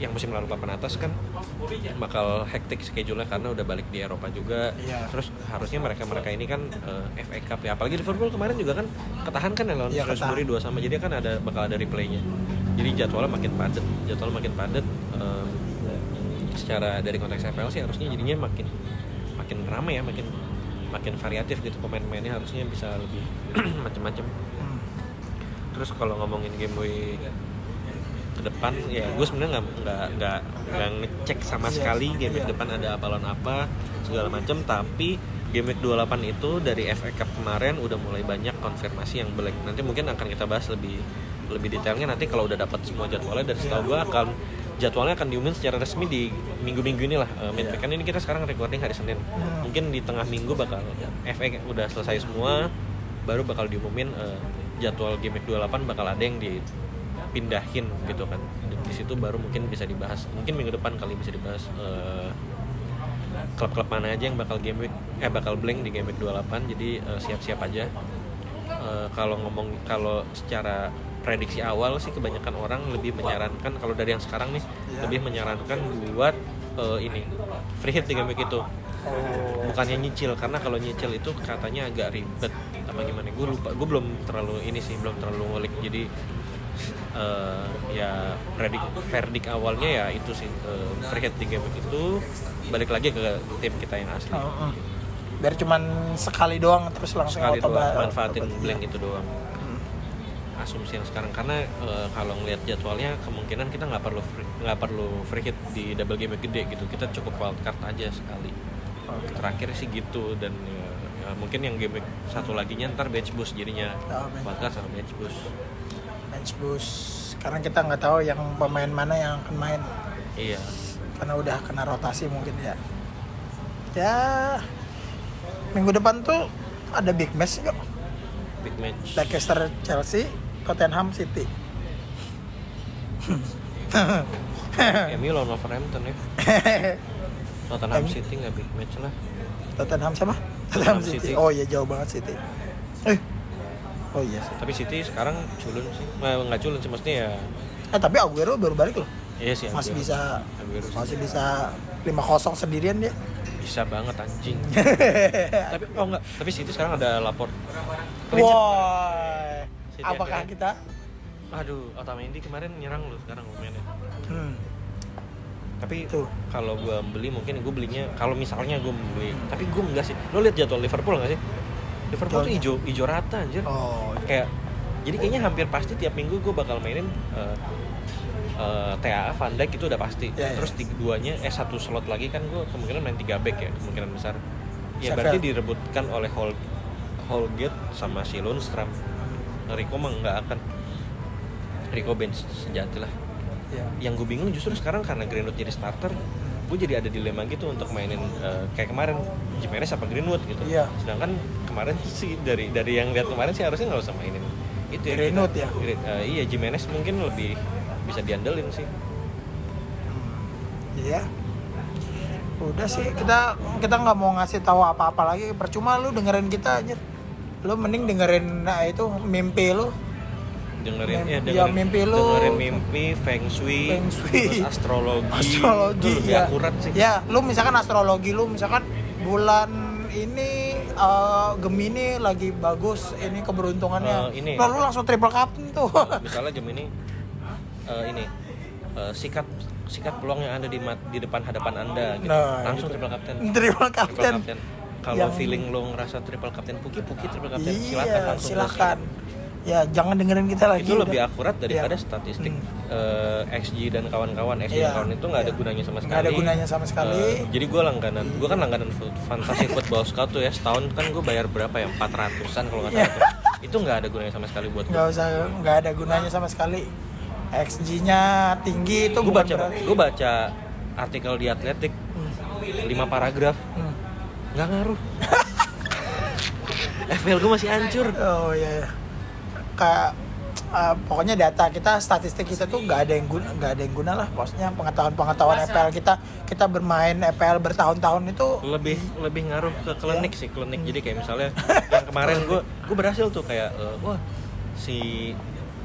S1: yang musim lalu papan atas kan bakal hektik schedule-nya karena udah balik di Eropa juga
S2: Iya.
S1: terus harusnya mereka mereka ini kan eh, FA Cup ya apalagi Liverpool kemarin juga kan ketahan kan ya lawan
S2: Iya,
S1: Salisbury dua sama jadi kan ada bakal ada replaynya jadi jadwalnya makin padat jadwal makin padat eh, secara dari konteks FPL sih harusnya jadinya makin makin ramai ya makin makin variatif gitu pemain-pemainnya harusnya bisa lebih macam-macam
S2: Hmm.
S1: terus kalau ngomongin game week ke depan ya gue sebenarnya nggak nggak nggak nggak ngecek sama
S2: Iya,
S1: sekali game week
S2: iya.
S1: depan ada apa lawan apa segala macam tapi game week 28 itu dari FA Cup kemarin udah mulai banyak konfirmasi yang belek nanti mungkin akan kita bahas lebih lebih detailnya nanti kalau udah dapat semua jadwalnya dan setahu gue akan jadwalnya akan diumumin secara resmi di minggu-minggu inilah lah midweek kan ini kita sekarang recording hari Senin mungkin di tengah minggu bakal FA udah selesai semua baru bakal diumumin eh, jadwal game week 28 bakal ada yang dipindahin gitu kan di, di situ baru mungkin bisa dibahas mungkin minggu depan kali bisa dibahas eh, klub-klub mana aja yang bakal game week eh bakal blank di game week 28 jadi eh, siap-siap aja Eh, kalau ngomong kalau secara prediksi awal sih kebanyakan orang lebih menyarankan kalau dari yang sekarang nih lebih menyarankan buat eh, ini free hit di game week itu
S2: Hmm.
S1: bukannya nyicil karena kalau nyicil itu katanya agak ribet apa gimana gue lupa gue belum terlalu ini sih belum terlalu ngulik jadi eh, ya predik verdik awalnya ya itu sih eh, free hit di game week itu balik lagi ke tim kita yang asli
S2: Heeh. Hmm. Biar cuman sekali doang terus langsung
S1: sekali
S2: auto-
S1: doang manfaatin
S2: auto-
S1: blank itu doang
S2: Hmm.
S1: asumsi yang sekarang karena eh, kalau ngelihat jadwalnya kemungkinan kita nggak perlu free- nggak perlu free hit di double game yang gede gitu kita cukup wildcard aja sekali terakhir sih gitu dan ya, ya mungkin yang game week satu laginya ntar bench boost jadinya
S2: Oh, bench
S1: wildcard sama bench boost
S2: Bench boost. Karena kita nggak tahu yang pemain mana yang akan main
S1: iya
S2: karena udah kena rotasi mungkin ya. Ya minggu depan tuh ada big match juga.
S1: big match
S2: Leicester Chelsea, Tottenham City.
S1: MU lawan Wolverhampton ya Tottenham City nggak big match lah
S2: Tottenham siapa?
S1: Tottenham
S2: Tottenham City.
S1: City.
S2: Oh iya jauh banget City. Eh. Oh iya sih.
S1: tapi City sekarang culun sih Nah, nggak culun sih maksudnya ya
S2: Eh tapi Aguero baru balik loh.
S1: Iya sih,
S2: masih
S1: Aguero.
S2: bisa
S1: Aguero sih.
S2: masih bisa 5-0 sendirian dia
S1: bisa banget anjing tapi oh enggak tapi City sekarang ada lapor
S2: Woi,
S1: City ya?
S2: apakah
S1: akhirnya.
S2: kita?
S1: aduh Otamendi kemarin nyerang loh sekarang ya. loh mainnya
S2: Hmm.
S1: tapi
S2: Tuh.
S1: kalau gue beli mungkin gue belinya kalau misalnya gue beli tapi gue enggak sih lo lihat jadwal Liverpool enggak sih Liverpool tuh
S2: Jadwalnya.
S1: ijo ijo rata anjir
S2: Oh,
S1: kayak jadi kayaknya hampir pasti tiap minggu gue bakal mainin eh eh, TAA Van Dijk itu udah pasti
S2: Ya, ya.
S1: terus tiga duanya eh satu slot lagi kan gue kemungkinan main tiga back ya kemungkinan besar
S2: Sheffield.
S1: ya berarti direbutkan oleh Hol Holgate sama si Lundstram Rico mah nggak akan Rico bench sejati lah
S2: ya.
S1: yang gue bingung justru sekarang karena Greenwood jadi starter gue jadi ada dilema gitu untuk mainin eh, kayak kemarin Jimenez apa Greenwood gitu
S2: Iya.
S1: sedangkan kemarin sih dari dari yang lihat kemarin sih harusnya nggak usah mainin itu ya
S2: Greenwood
S1: kita-
S2: ya?
S1: Gre- eh, iya Jimenez mungkin lebih bisa diandelin sih
S2: Iya. Udah sih kita kita nggak mau ngasih tahu apa-apa lagi. Percuma lu dengerin kita aja. Lu mending dengerin nah, itu mimpi lu. Mem-
S1: dengerin ya
S2: ya,
S1: dengerin
S2: mimpi lu.
S1: dengerin mimpi feng shui,
S2: Feng shui.
S1: terus astrologi
S2: Astrologi
S1: Itu lebih
S2: ya.
S1: akurat sih
S2: Ya, lu misalkan astrologi lu misalkan bulan ini eh, Gemini lagi bagus ini keberuntungannya.
S1: Eh, ini.
S2: Lalu langsung triple captain tuh.
S1: misalnya jam ini eh, ini eh, sikat sikat peluang yang ada di mat- di depan hadapan anda gitu.
S2: Nah,
S1: langsung
S2: gitu.
S1: triple captain
S2: triple
S1: triple
S2: captain.
S1: captain.
S2: Yang-
S1: Kalau
S2: Ah,
S1: feeling lo ngerasa triple captain puki puki triple captain silakan
S2: Iya,
S1: langsung
S2: silakan. Ya, jangan dengerin kita lagi.
S1: Itu
S2: udah.
S1: lebih akurat daripada
S2: Iya.
S1: statistik
S2: Hmm.
S1: eh, XG dan kawan-kawan. XG
S2: Iya.
S1: dan kawan itu nggak ada
S2: Iya.
S1: gunanya sama sekali.
S2: Nggak ada gunanya sama sekali.
S1: Eh, jadi gue langganan, gue kan langganan food, Fantasy Football Scout tuh ya setahun kan gue bayar berapa ya 400-an kalau nggak salah.
S2: Iya.
S1: tuh. Itu nggak ada gunanya sama sekali buat gue.
S2: nggak usah nggak ada gunanya sama sekali XG-nya tinggi itu
S1: Gue
S2: bukan
S1: baca,
S2: berarti
S1: gue baca artikel di Atletik 5 paragraf
S2: Hmm.
S1: nggak ngaruh. FPL gue masih hancur.
S2: oh iya iya. kayak eh, pokoknya data kita statistik kita tuh nggak ada yang guna nggak ada yang guna lah posnya pengetahuan pengetahuan EPL kita kita bermain EPL bertahun-tahun itu
S1: lebih lebih ngaruh ke klinik sih klinik jadi kayak misalnya yang kemarin gue gue berhasil tuh kayak eh, wah si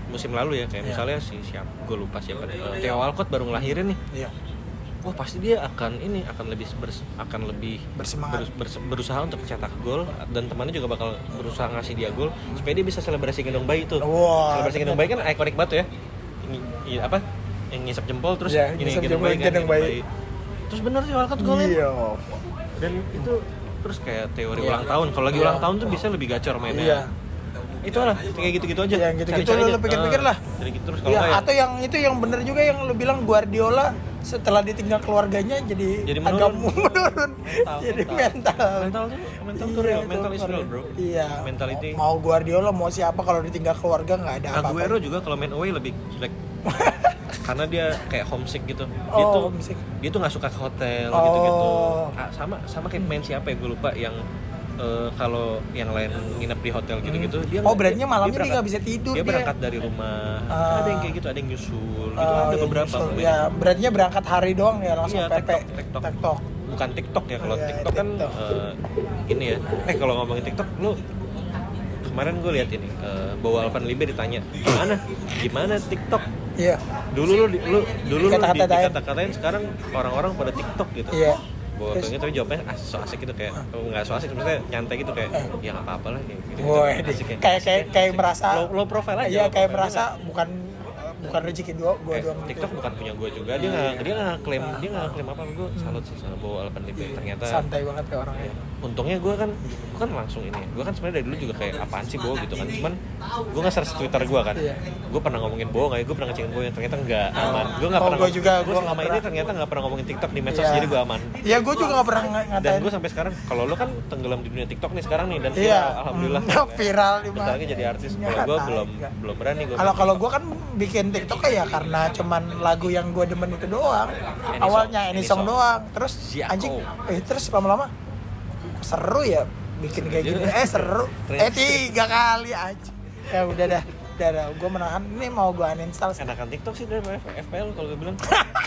S1: musim lalu ya kayak
S2: Iya.
S1: misalnya si siap gue lupa siapa eh, Theo Walcott baru ngelahirin nih
S2: iya
S1: wah pasti dia akan ini akan lebih bers- akan lebih
S2: bersemangat
S1: berus- bers- berusaha untuk cetak gol dan temannya juga bakal berusaha ngasih dia gol supaya dia bisa selebrasi gendong bayi tuh
S2: Wah,
S1: selebrasi gendong bayi kan ikonik banget tuh ya Ini- i- apa yang ngisap jempol terus
S2: Iya,
S1: ini
S2: ngisap
S1: gendong
S2: jempol,
S1: bayi, kan,
S2: gendong
S1: gendong
S2: bayi.
S1: bayi. terus bener sih Walcott golin
S2: iya
S1: dan itu terus kayak teori
S2: Iya.
S1: ulang tahun kalau lagi
S2: Iya.
S1: ulang tahun tuh bisa lebih gacor mainnya
S2: Iya.
S1: itu lah kayak gitu-gitu aja
S2: Iya, yang gitu-gitu
S1: Cari-cari
S2: lu-
S1: aja.
S2: lu pikir-pikir
S1: Ah,
S2: lah.
S1: jadi gitu terus kalau
S2: Iya,
S1: nggak ya
S2: atau yang itu yang bener juga yang lu bilang Guardiola setelah ditinggal keluarganya jadi,
S1: Jadi
S2: agak
S1: menurun.
S2: menurun
S1: Mental,
S2: jadi
S1: mental.
S2: mental.
S1: mental tuh mental tuh
S2: Iya,
S1: real
S2: itu
S1: mental is
S2: real.
S1: real bro
S2: Iya.
S1: mentality
S2: Mau Guardiola mau siapa kalau ditinggal keluarga nggak ada Ya, apa-apa.
S1: Aguero Nah, juga kalau main away lebih jelek karena dia kayak homesick gitu dia
S2: Oh,
S1: tuh
S2: homesick.
S1: dia tuh nggak suka ke hotel
S2: Oh.
S1: gitu-gitu Ah, sama sama kayak main siapa ya gue lupa yang eh, kalau yang lain nginep di hotel gitu-gitu dia
S2: Oh,
S1: nggak-
S2: berarti malamnya dia
S1: berangkat-
S2: nggak bisa tidur
S1: dia
S2: dia.
S1: berangkat dari rumah
S2: Ah.
S1: ada yang kayak gitu ada yang nyusul gitu
S2: Oh,
S1: ada
S2: iya,
S1: beberapa
S2: nyusul.
S1: pemain.
S2: Ya, beratnya berangkat hari doang ya langsung
S1: Iya,
S2: PP.
S1: TikTok, TikTok. bukan TikTok ya kalau
S2: Iya,
S1: TikTok kan
S2: TikTok.
S1: eh, ini ya eh kalau ngomongin TikTok lu kemarin gue lihat ini eh, bawa Alpan Libe ditanya gimana gimana TikTok
S2: Iya.
S1: dulu lu, di- lu dulu lu di-
S2: Dikata-katain.
S1: dikata-katain sekarang orang-orang pada TikTok gitu
S2: Iya.
S1: bawa Alpan Libe tapi jawabannya ah, so asik gitu kayak oh, nggak so asik maksudnya nyantai gitu kayak ya nggak apa-apa lah kayak gitu,
S2: Woi,
S1: Asik ya,
S2: kayak
S1: asik
S2: kayak
S1: ya,
S2: kayak
S1: asik.
S2: merasa
S1: low, low profile aja
S2: Iya,
S1: low
S2: kayak
S1: profile.
S2: merasa bukan bukan rezeki gua gua
S1: Kayak
S2: doang. gitu.
S1: Eh, TikTok bukan punya gue juga dia
S2: Iya.
S1: nggak dia nggak klaim dia nggak klaim apa gue salut sih sama bawa Alpan Libe ternyata
S2: gitu. Iya, Santai banget ya orangnya.
S1: untungnya gue kan gue kan langsung ini gue kan sebenarnya dari dulu juga kayak apaan sih Bowo gitu kan cuman gue nggak search twitter gue kan
S2: Iya.
S1: gue pernah ngomongin Bowo nggak ya gue pernah ngecengin Bowo yang ternyata nggak aman gue nggak
S2: Oh,
S1: pernah
S2: gua juga,
S1: gue
S2: gua
S1: selama
S2: nggak
S1: ini
S2: pernah.
S1: ternyata nggak pernah ngomongin tiktok di medsos
S2: Iya.
S1: jadi gue aman
S2: Ya gue juga gak pernah ng- ngatain.
S1: dan gue sampai sekarang kalau lo kan tenggelam di dunia tiktok nih sekarang nih dan viral,
S2: Iya.
S1: alhamdulillah
S2: Hmm, viral di
S1: bentar lagi
S2: mana?
S1: jadi artis
S2: Ya,
S1: kalau gue
S2: tai,
S1: belum
S2: enggak.
S1: belum berani gue
S2: Kalau kalau gue kan bikin TikTok ya karena cuman lagu yang gue demen itu doang.
S1: Any
S2: Awalnya
S1: song,
S2: ini
S1: any
S2: song
S1: song.
S2: doang. Terus
S1: Siako.
S2: anjing, eh terus lama-lama seru ya bikin kayak gitu.
S1: Iya.
S2: Eh seru. Eh tiga kali aja. Ya udah dah. Udah dah, gue menahan. Ini mau gue uninstall.
S1: enakan tiktok sih dari FPL kalau gue bilang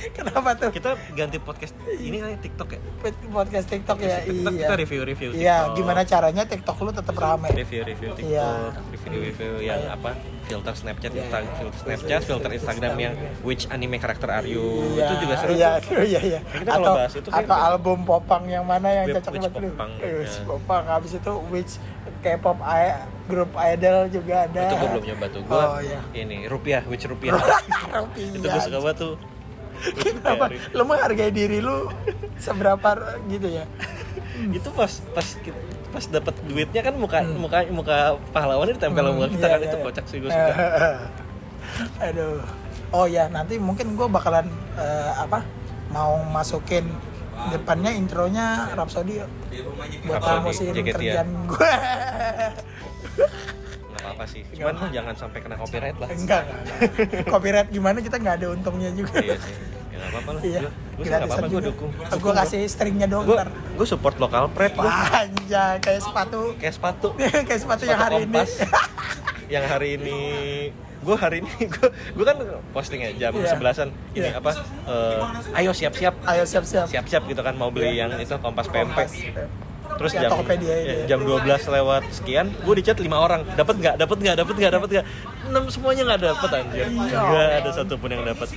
S2: Kenapa tuh?
S1: Kita ganti podcast ini kali TikTok ya.
S2: Podcast TikTok ya.
S1: TikTok
S2: Iya.
S1: kita review-review TikTok.
S2: Iya, gimana caranya TikTok lu tetap rame?
S1: review-review TikTok,
S2: Iya.
S1: review-review yang apa? Filter Snapchat,
S2: Iya.
S1: Insta- filter Snapchat, filter Instagram yang which anime karakter are you? Itu juga seru.
S2: Iya,
S1: tuh.
S2: iya, iya.
S1: Kita kalau
S2: Atau
S1: bahas itu kayak
S2: atau
S1: udah-
S2: album popang yang mana yang
S1: Whip-
S2: cocok
S1: which
S2: buat lu?
S1: popang,
S2: Eh, Which
S1: ya.
S2: popang. Habis itu which K-pop i- grup idol juga ada.
S1: Itu gue belum nyoba tuh. Gue
S2: Oh, iya.
S1: ini rupiah, which rupiah.
S2: Rupiah.
S1: itu gue suka banget tuh.
S2: ya. Kenapa? Lu menghargai diri lu seberapa gitu ya?
S1: itu pas pas ki- pas dapat duitnya kan muka muka muka pahlawannya ditempel sama muka
S2: Hmm.
S1: kita
S2: Iya,
S1: kan
S2: iya,
S1: itu
S2: iya.
S1: kocak sih gue suka.
S2: Aduh. Oh ya, nanti mungkin gue bakalan eh, apa? Mau masukin depannya intronya Rhapsody yuk. buat
S1: Rhapsody,
S2: promosiin
S1: JKT ya.
S2: kerjaan gue.
S1: nggak apa-apa sih. Cuman
S2: Nggak.
S1: jangan sampai kena copyright lah.
S2: enggak, enggak, enggak. Copyright gimana kita nggak ada untungnya juga.
S1: iya sih. Ya nggak apa-apa lah.
S2: Iya.
S1: Gue nggak apa-apa gue dukung.
S2: Gue kasih stringnya doang
S1: Gue
S2: ntar.
S1: gue support lokal pride gue.
S2: Panjang kayak sepatu.
S1: Kayak sepatu.
S2: kayak sepatu yang hari ini.
S1: Kompas. yang hari ini gue hari ini gue gue kan postingnya jam
S2: Iya.
S1: sebelasan ini
S2: Iya.
S1: apa eh, ayo siap-siap
S2: Ayo siap-siap.
S1: siap-siap gitu kan mau beli yang itu kompas
S2: Iya.
S1: PMP
S2: Kompas.
S1: terus
S2: Ya,
S1: jam
S2: Tokopedia itu ya.
S1: ya, jam 12 lewat sekian gue dicat 5 orang dapat nggak dapat nggak dapat nggak dapat nggak enam semuanya nggak dapat anjir
S2: Iya.
S1: nggak ada satupun yang dapat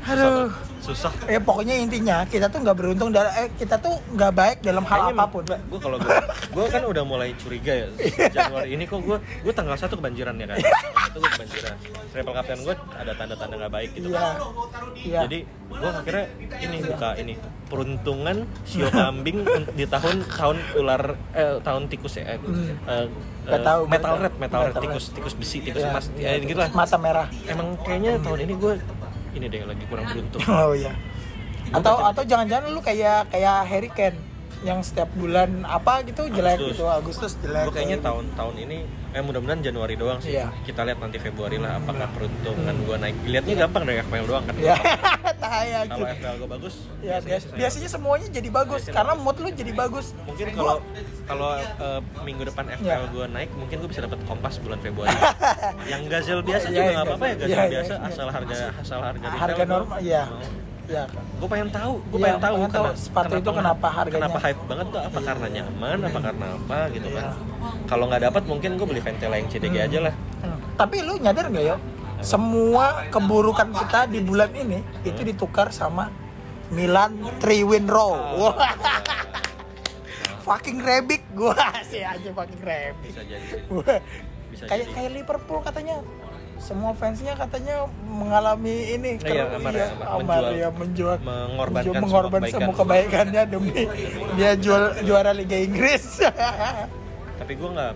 S2: Aduh.
S1: susah
S2: Ya pokoknya intinya kita tuh nggak beruntung dan eh, kita tuh nggak baik dalam hal apapun.
S1: gue kalau gue gue kan udah mulai curiga ya Januari ini kok gue gue tanggal satu kebanjiran ya kan
S2: Iya.
S1: itu gue kebanjiran travel kapten gue ada tanda-tanda nggak baik gitu
S2: Iya. Iya.
S1: Jadi gua akhirnya ini buka ini peruntungan sio kambing di tahun tahun ular eh, tahun tikus ya. Eh, eh,
S2: Hmm. Nggak tahu, gua
S1: metal
S2: nggak
S1: red,
S2: tahu.
S1: metal red,
S2: Metal
S1: tikus tikus besi, tikus
S2: Iya.
S1: emas, ya, gitu lah.
S2: Mata merah.
S1: Emang kayaknya tahun ini gue ini deh lagi kurang beruntung.
S2: Oh iya. Atau atau jangan-jangan lu kayak kayak Harry Kane yang setiap bulan apa gitu jelek
S1: Agustus.
S2: gitu Agustus jelek.
S1: Gue kayaknya tahun-tahun ini eh mudah-mudahan Januari doang sih.
S2: Iya.
S1: Kita lihat nanti Februari lah apakah peruntungan gua naik.
S2: Iya.
S1: Lihatnya gampang dari FPL doang kan.
S2: Ya, tai aja.
S1: Kalau FPL gue bagus,
S2: Ya,
S1: biasanya
S2: bias-
S1: saya-
S2: biasanya semuanya jadi bagus karena mood lu jadi bagus.
S1: mungkin kalau kalau eh, minggu depan FPL
S2: Iya.
S1: gue naik mungkin gue bisa dapat kompas bulan Februari yang gazel biasa
S2: Iya,
S1: juga
S2: iya,
S1: nggak apa-apa ya
S2: gazel.
S1: gazel
S2: Iya, iya,
S1: biasa
S2: iya.
S1: asal harga asal harga retail
S2: harga
S1: gua-
S2: normal ya. Ya.
S1: gue pengen tahu gue
S2: Iya,
S1: pengen tahu
S2: pengen tahu sepatu itu kenapa harganya. Iya.
S1: kenapa hype banget tuh apa karena nyaman apa karena apa gitu kan kalau nggak dapat mungkin gue beli Ventela yang CDG aja lah
S2: Hmm. Tapi lu nyadar nggak ya? Semua keburukan kita di bulan ini itu ditukar sama Milan three win row.
S1: Ah.
S2: Wah. fucking rebik gua sih aja fucking rebik.
S1: bisa jadi sih.
S2: Wah.
S1: bisa
S2: Kayak
S1: jadi
S2: kayak Liverpool katanya semua fansnya katanya mengalami ini
S1: Nah, iya,
S2: ker-
S1: amar
S2: iya,
S1: ya, amar.
S2: amar
S1: Menjual-
S2: ya, menjual
S1: mengorbankan
S2: menjual-
S1: semua
S2: mengorbankan semua kebaikannya demi dia jual juara Liga Inggris.
S1: tapi gue nggak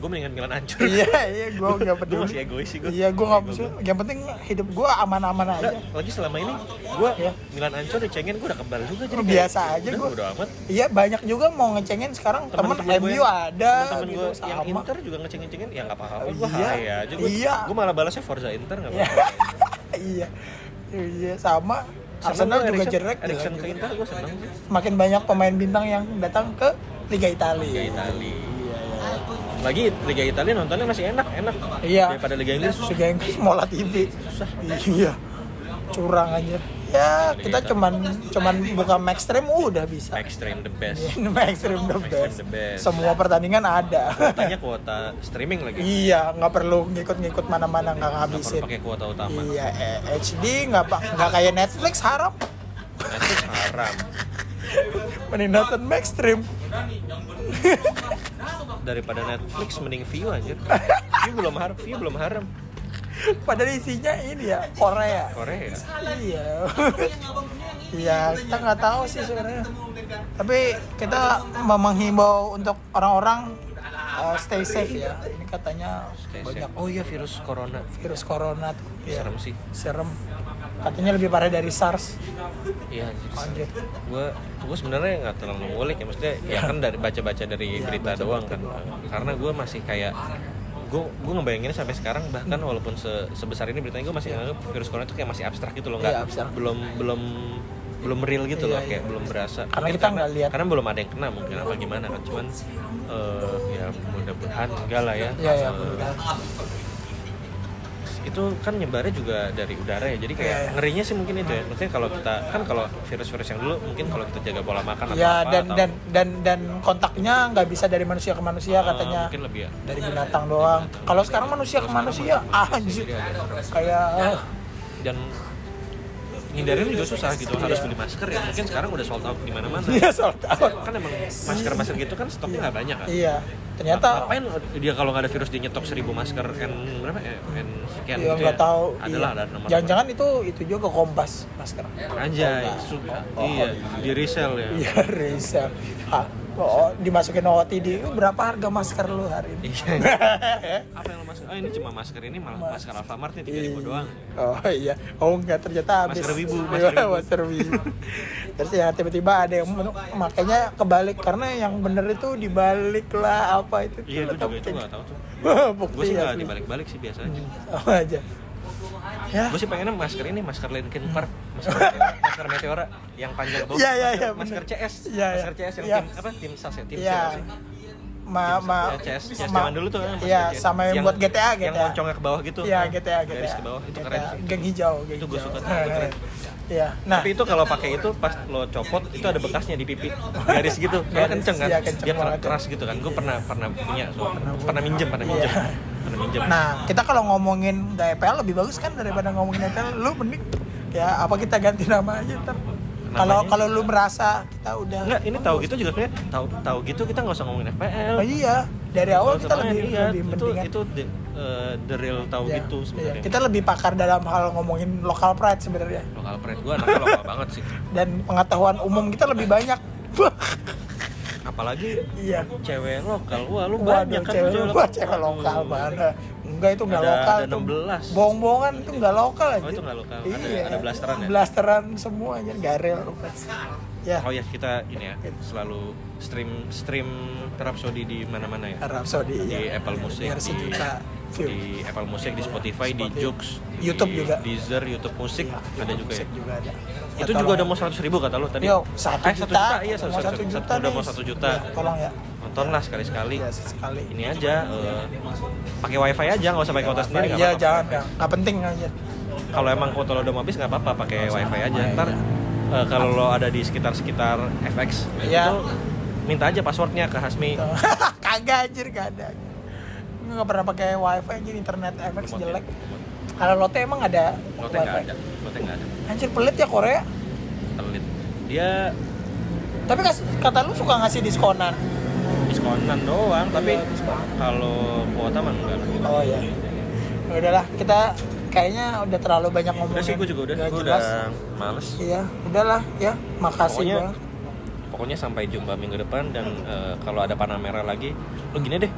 S1: gue mendingan Milan hancur
S2: Iya, iya, gue nggak
S1: gue
S2: peduli.
S1: masih egois sih gue
S2: Iya, gue nggak peduli. Yang penting hidup gue aman-aman aja.
S1: Nggak, lagi selama ini gue
S2: Iya.
S1: Milan hancur dicengin gue udah kebal juga jadi
S2: Lu
S1: kayak,
S2: biasa aja
S1: udah,
S2: gua.
S1: bodo amat
S2: Iya, banyak juga mau ngecengin sekarang temen,
S1: gua
S2: MU
S1: yang-
S2: ada,
S1: temen-temen
S2: gitu,
S1: gua yang
S2: sama.
S1: Inter juga ngeceng-ngecengin ya nggak apa-apa gue
S2: Iya.
S1: hai aja gue
S2: Iya.
S1: gue malah balasnya Forza Inter nggak
S2: Iya.
S1: apa-apa
S2: iya, iya sama.
S1: Seneng
S2: Arsenal
S1: gua
S2: juga
S1: Eriksen-
S2: jelek, gitu.
S1: Eriksen
S2: jelek
S1: ke
S2: juga.
S1: Inter gue seneng
S2: Makin banyak pemain bintang yang datang ke Liga
S1: Liga
S2: Italia.
S1: Itali lagi Liga Italia nontonnya masih enak enak
S2: Iya.
S1: daripada Liga Inggris susah
S2: Liga Inggris mola TV. Iya. Curang aja. Ya, kita cuman cuman buka Max Stream udah bisa.
S1: Extreme the best
S2: Iya. Maxstream the best.
S1: the best.
S2: Semua pertandingan ada.
S1: tanya kuota streaming lagi
S2: iya, nggak perlu ngikut-ngikut mana-mana nggak
S1: nggak perlu
S2: ngabisin.
S1: pakai kuota utama
S2: Iya, eh, HD nggak pak nggak kayak Netflix haram. Iya.
S1: Netflix Nah, haram
S2: Mending nonton Maxstream.
S1: daripada Netflix mending view anjir view belum haram view belum haram
S2: Padahal isinya ini ya Korea.
S1: Korea
S2: Iya. Iya, kita nggak tahu sih sebenarnya. Tapi kita mau menghimbau untuk orang-orang eh, stay safe ya. Ini katanya
S1: Stay safe.
S2: banyak
S1: oh iya virus corona
S2: virus corona tuh. Iya.
S1: serem sih
S2: Serem. Katanya lebih parah dari SARS.
S1: iya anjir.
S2: Anjir.
S1: gue gue sebenarnya nggak terlalu ngulik ya maksudnya ya kan dari baca-baca
S2: Iya,
S1: dari
S2: baca-baca
S1: berita doang kan
S2: doang.
S1: karena gue masih kayak gue gue ngebayanginnya sampai sekarang bahkan walaupun se- sebesar ini beritanya gue masih nganggap virus corona itu kayak masih abstrak gitu loh nggak
S2: Iya, abstrak.
S1: belum belum belum real gitu
S2: Iya,
S1: loh kayak
S2: iya.
S1: belum berasa
S2: Karena
S1: Mungkin
S2: kita nggak lihat.
S1: karena belum ada yang kena mungkin apa gimana kan cuman eh, ya mudah-mudahan enggak lah ya
S2: Iya, ya,
S1: Eh,
S2: mudah.
S1: itu kan nyebarnya juga dari udara ya jadi kayak
S2: Iya, iya.
S1: ngerinya sih mungkin itu ya maksudnya kalau kita kan kalau virus-virus yang dulu mungkin kalau kita jaga pola makan atau
S2: ya
S1: apa
S2: dan
S1: atau-
S2: dan dan dan kontaknya nggak bisa dari manusia ke manusia
S1: Ah,
S2: katanya
S1: mungkin lebih ya
S2: dari binatang doang kalau sekarang manusia ke manusia anjir kayak eh,
S1: dan ngindarin juga susah gitu harus beli masker ya mungkin sekarang udah sold out di mana-mana
S2: iya sold out
S1: kan emang masker masker gitu kan stoknya nggak banyak kan
S2: iya ternyata
S1: ngapain dia kalau nggak ada virus dia nyetok seribu masker n berapa N- n sekian
S2: iya
S1: gitu
S2: nggak
S1: ya
S2: tahu
S1: adalah
S2: iya.
S1: ada nomor Ya.
S2: jangan-jangan itu itu juga kompas masker
S1: anjay su- iya di resell ya
S2: Oh, iya Reza ah oh, dimasukin OOTD berapa harga masker lu hari ini
S1: Iya. apa yang lo masker oh ini cuma masker ini malah masker Alfamart
S2: Iya.
S1: nya tiga ribu doang
S2: Oh iya, oh enggak ternyata habis.
S1: Masker wibu, masker
S2: masker
S1: wibu.
S2: wibu. Terus ya tiba-tiba ada yang men- makanya kebalik karena yang bener itu dibalik lah apa itu.
S1: iya gue
S2: tuh,
S1: juga itu
S2: tapi-
S1: nggak tahu tuh gue
S2: Bukti
S1: sih
S2: ya.
S1: nggak dibalik-balik sih biasa
S2: Iya.
S1: aja
S2: Sama aja. Ya.
S1: gue sih pengennya masker ini masker Linkin Park masker, masker Meteora yang panjang tuh
S2: Hmm. Iya, iya, iya,
S1: masker, masker
S2: bener.
S1: CS
S2: Iya, iya.
S1: masker CS yang
S2: Iya.
S1: tim apa tim SAS ya tim
S2: Iya.
S1: SAS ya.
S2: Ma ma
S1: Ya, CS,
S2: ma-
S1: CS zaman dulu tuh kan masker
S2: Iya,
S1: CS.
S2: sama yang buat GTA GTA.
S1: yang moncongnya ke bawah gitu
S2: Iya, GTA GTA.
S1: garis ke bawah itu
S2: GTA.
S1: keren sih.
S2: Geng hijau, geng
S1: Itu gua
S2: hijau.
S1: suka tuh, itu keren.
S2: Iya. Nah,
S1: tapi itu kalau pakai itu pas lo copot itu ada bekasnya di pipi garis gitu soalnya
S2: Garis,
S1: kenceng kan
S2: iya, kenceng
S1: dia keras,
S2: banget.
S1: keras gitu kan gue pernah pernah punya so, pernah, pernah minjem pernah
S2: Iya.
S1: minjem pernah minjem
S2: Nah, kita kalau ngomongin nggak EPL lebih bagus kan daripada ngomongin EPL. Lu mending ya apa kita ganti nama aja ntar. Kalau
S1: Namanya?
S2: kalau lu merasa kita udah
S1: Enggak, ini tahu gitu juga kayak tahu tahu gitu kita nggak usah ngomongin FPL.
S2: Oh iya, dari awal
S1: Nggak
S2: kita
S1: usah main,
S2: lebih
S1: iya.
S2: lebih
S1: itu
S2: mendingan.
S1: itu the, eh, the real tahu
S2: Iya,
S1: gitu
S2: iya.
S1: sebenarnya.
S2: Kita lebih pakar dalam hal ngomongin lokal pride sebenarnya.
S1: Lokal pride gue anaknya lokal banget sih.
S2: Dan pengetahuan umum kita lebih banyak.
S1: Apalagi
S2: iya.
S1: cewek lokal. Wah, lu banyak
S2: Waduh,
S1: kan
S2: cewek,
S1: cewek
S2: wah, cewek lokal
S1: Aduh.
S2: mana? Enggak itu enggak
S1: Ada-
S2: lokal
S1: ada 16.
S2: tuh. Bohong-bohongan itu enggak lokal aja.
S1: itu nggak lokal. Ada- ada blasteran ya?
S2: Blasteran semua aja enggak real. Ya.
S1: Oh ya kita ini ya selalu stream stream Rhapsody di mana-mana ya.
S2: Arab Saudi
S1: Di
S2: iya.
S1: Apple Music,
S2: Biar
S1: di,
S2: sejuta view.
S1: di Apple Music, di Spotify, di
S2: Spotify.
S1: Joox, di
S2: YouTube juga.
S1: Deezer, YouTube
S2: Iya,
S1: Music ada juga ya.
S2: Musik juga ada.
S1: itu juga udah mau 100 ribu kata lu tadi.
S2: Yo, satu
S1: Eh,
S2: juta,
S1: iya
S2: mau
S1: satu,
S2: satu juta
S1: udah
S2: nih.
S1: mau satu juta.
S2: Ya, tolong ya.
S1: Nontonlah sekali-sekali.
S2: Iya, sekali.
S1: Ini aja eh, pakai wifi aja nggak usah pakai kuota sendiri nggak
S2: Iya,
S1: apa-apa.
S2: jangan, jangan. Nggak penting aja.
S1: Kalau emang kuota lo udah mau habis nggak apa-apa pakai wifi aja.
S2: Iya,
S1: Ntar eh, kalau lo ada di sekitar-sekitar FX
S2: Iya.
S1: itu minta aja passwordnya ke Hasmi.
S2: Kagak anjir, nggak ada. Gue nggak pernah pakai wifi anjir internet FX
S1: Remote-nya.
S2: jelek. Kalau Lotte emang ada
S1: Lotte nggak ada, Lotte nggak ada.
S2: Anjir pelit ya Korea.
S1: Pelit. Dia
S2: Tapi kas- kata lu suka ngasih diskonan.
S1: diskonan doang, tapi
S2: Iya, diskonan.
S1: kalau kuota mah enggak. lah.
S2: Oh ya. Udahlah, kita kayaknya udah terlalu banyak ngomongin.
S1: Udah sih gue juga udah,
S2: Nggak
S1: gue
S2: jelas.
S1: udah males.
S2: Iya, udahlah ya. Makasih
S1: Pokoknya-
S2: banget.
S1: pokoknya sampai jumpa minggu depan dan eh, kalau ada panah merah lagi lo gini deh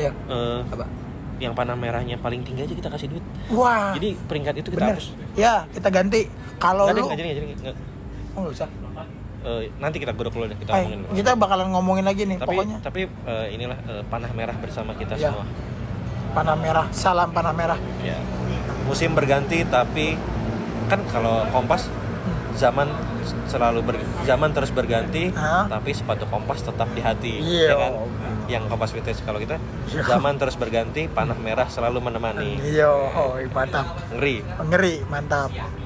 S2: Iya.
S1: eh,
S2: Apa?
S1: yang panah merahnya paling tinggi aja kita kasih duit
S2: Wah.
S1: jadi peringkat itu kita
S2: Ah. bener.
S1: hapus
S2: Ya, kita ganti. Kalau
S1: nggak deh
S2: lu
S1: nggak jadi nggak jadi nggak.
S2: Oh, nggak usah.
S1: Eh, nanti kita godok lo deh kita
S2: Eh,
S1: ngomongin dulu.
S2: kita bakalan ngomongin lagi nih
S1: tapi
S2: pokoknya.
S1: tapi eh, inilah eh, panah merah bersama kita
S2: Iya.
S1: semua
S2: Panah merah, salam panah merah.
S1: ya musim berganti tapi kan kalau kompas zaman selalu ber- zaman terus berganti
S2: Hah?
S1: tapi sepatu kompas tetap di hati
S2: Iya.
S1: ya kan? yang kompas vintage kalau kita zaman terus berganti panah merah selalu menemani
S2: Iya, oh, mantap.
S1: ngeri
S2: Ngeri, mantap.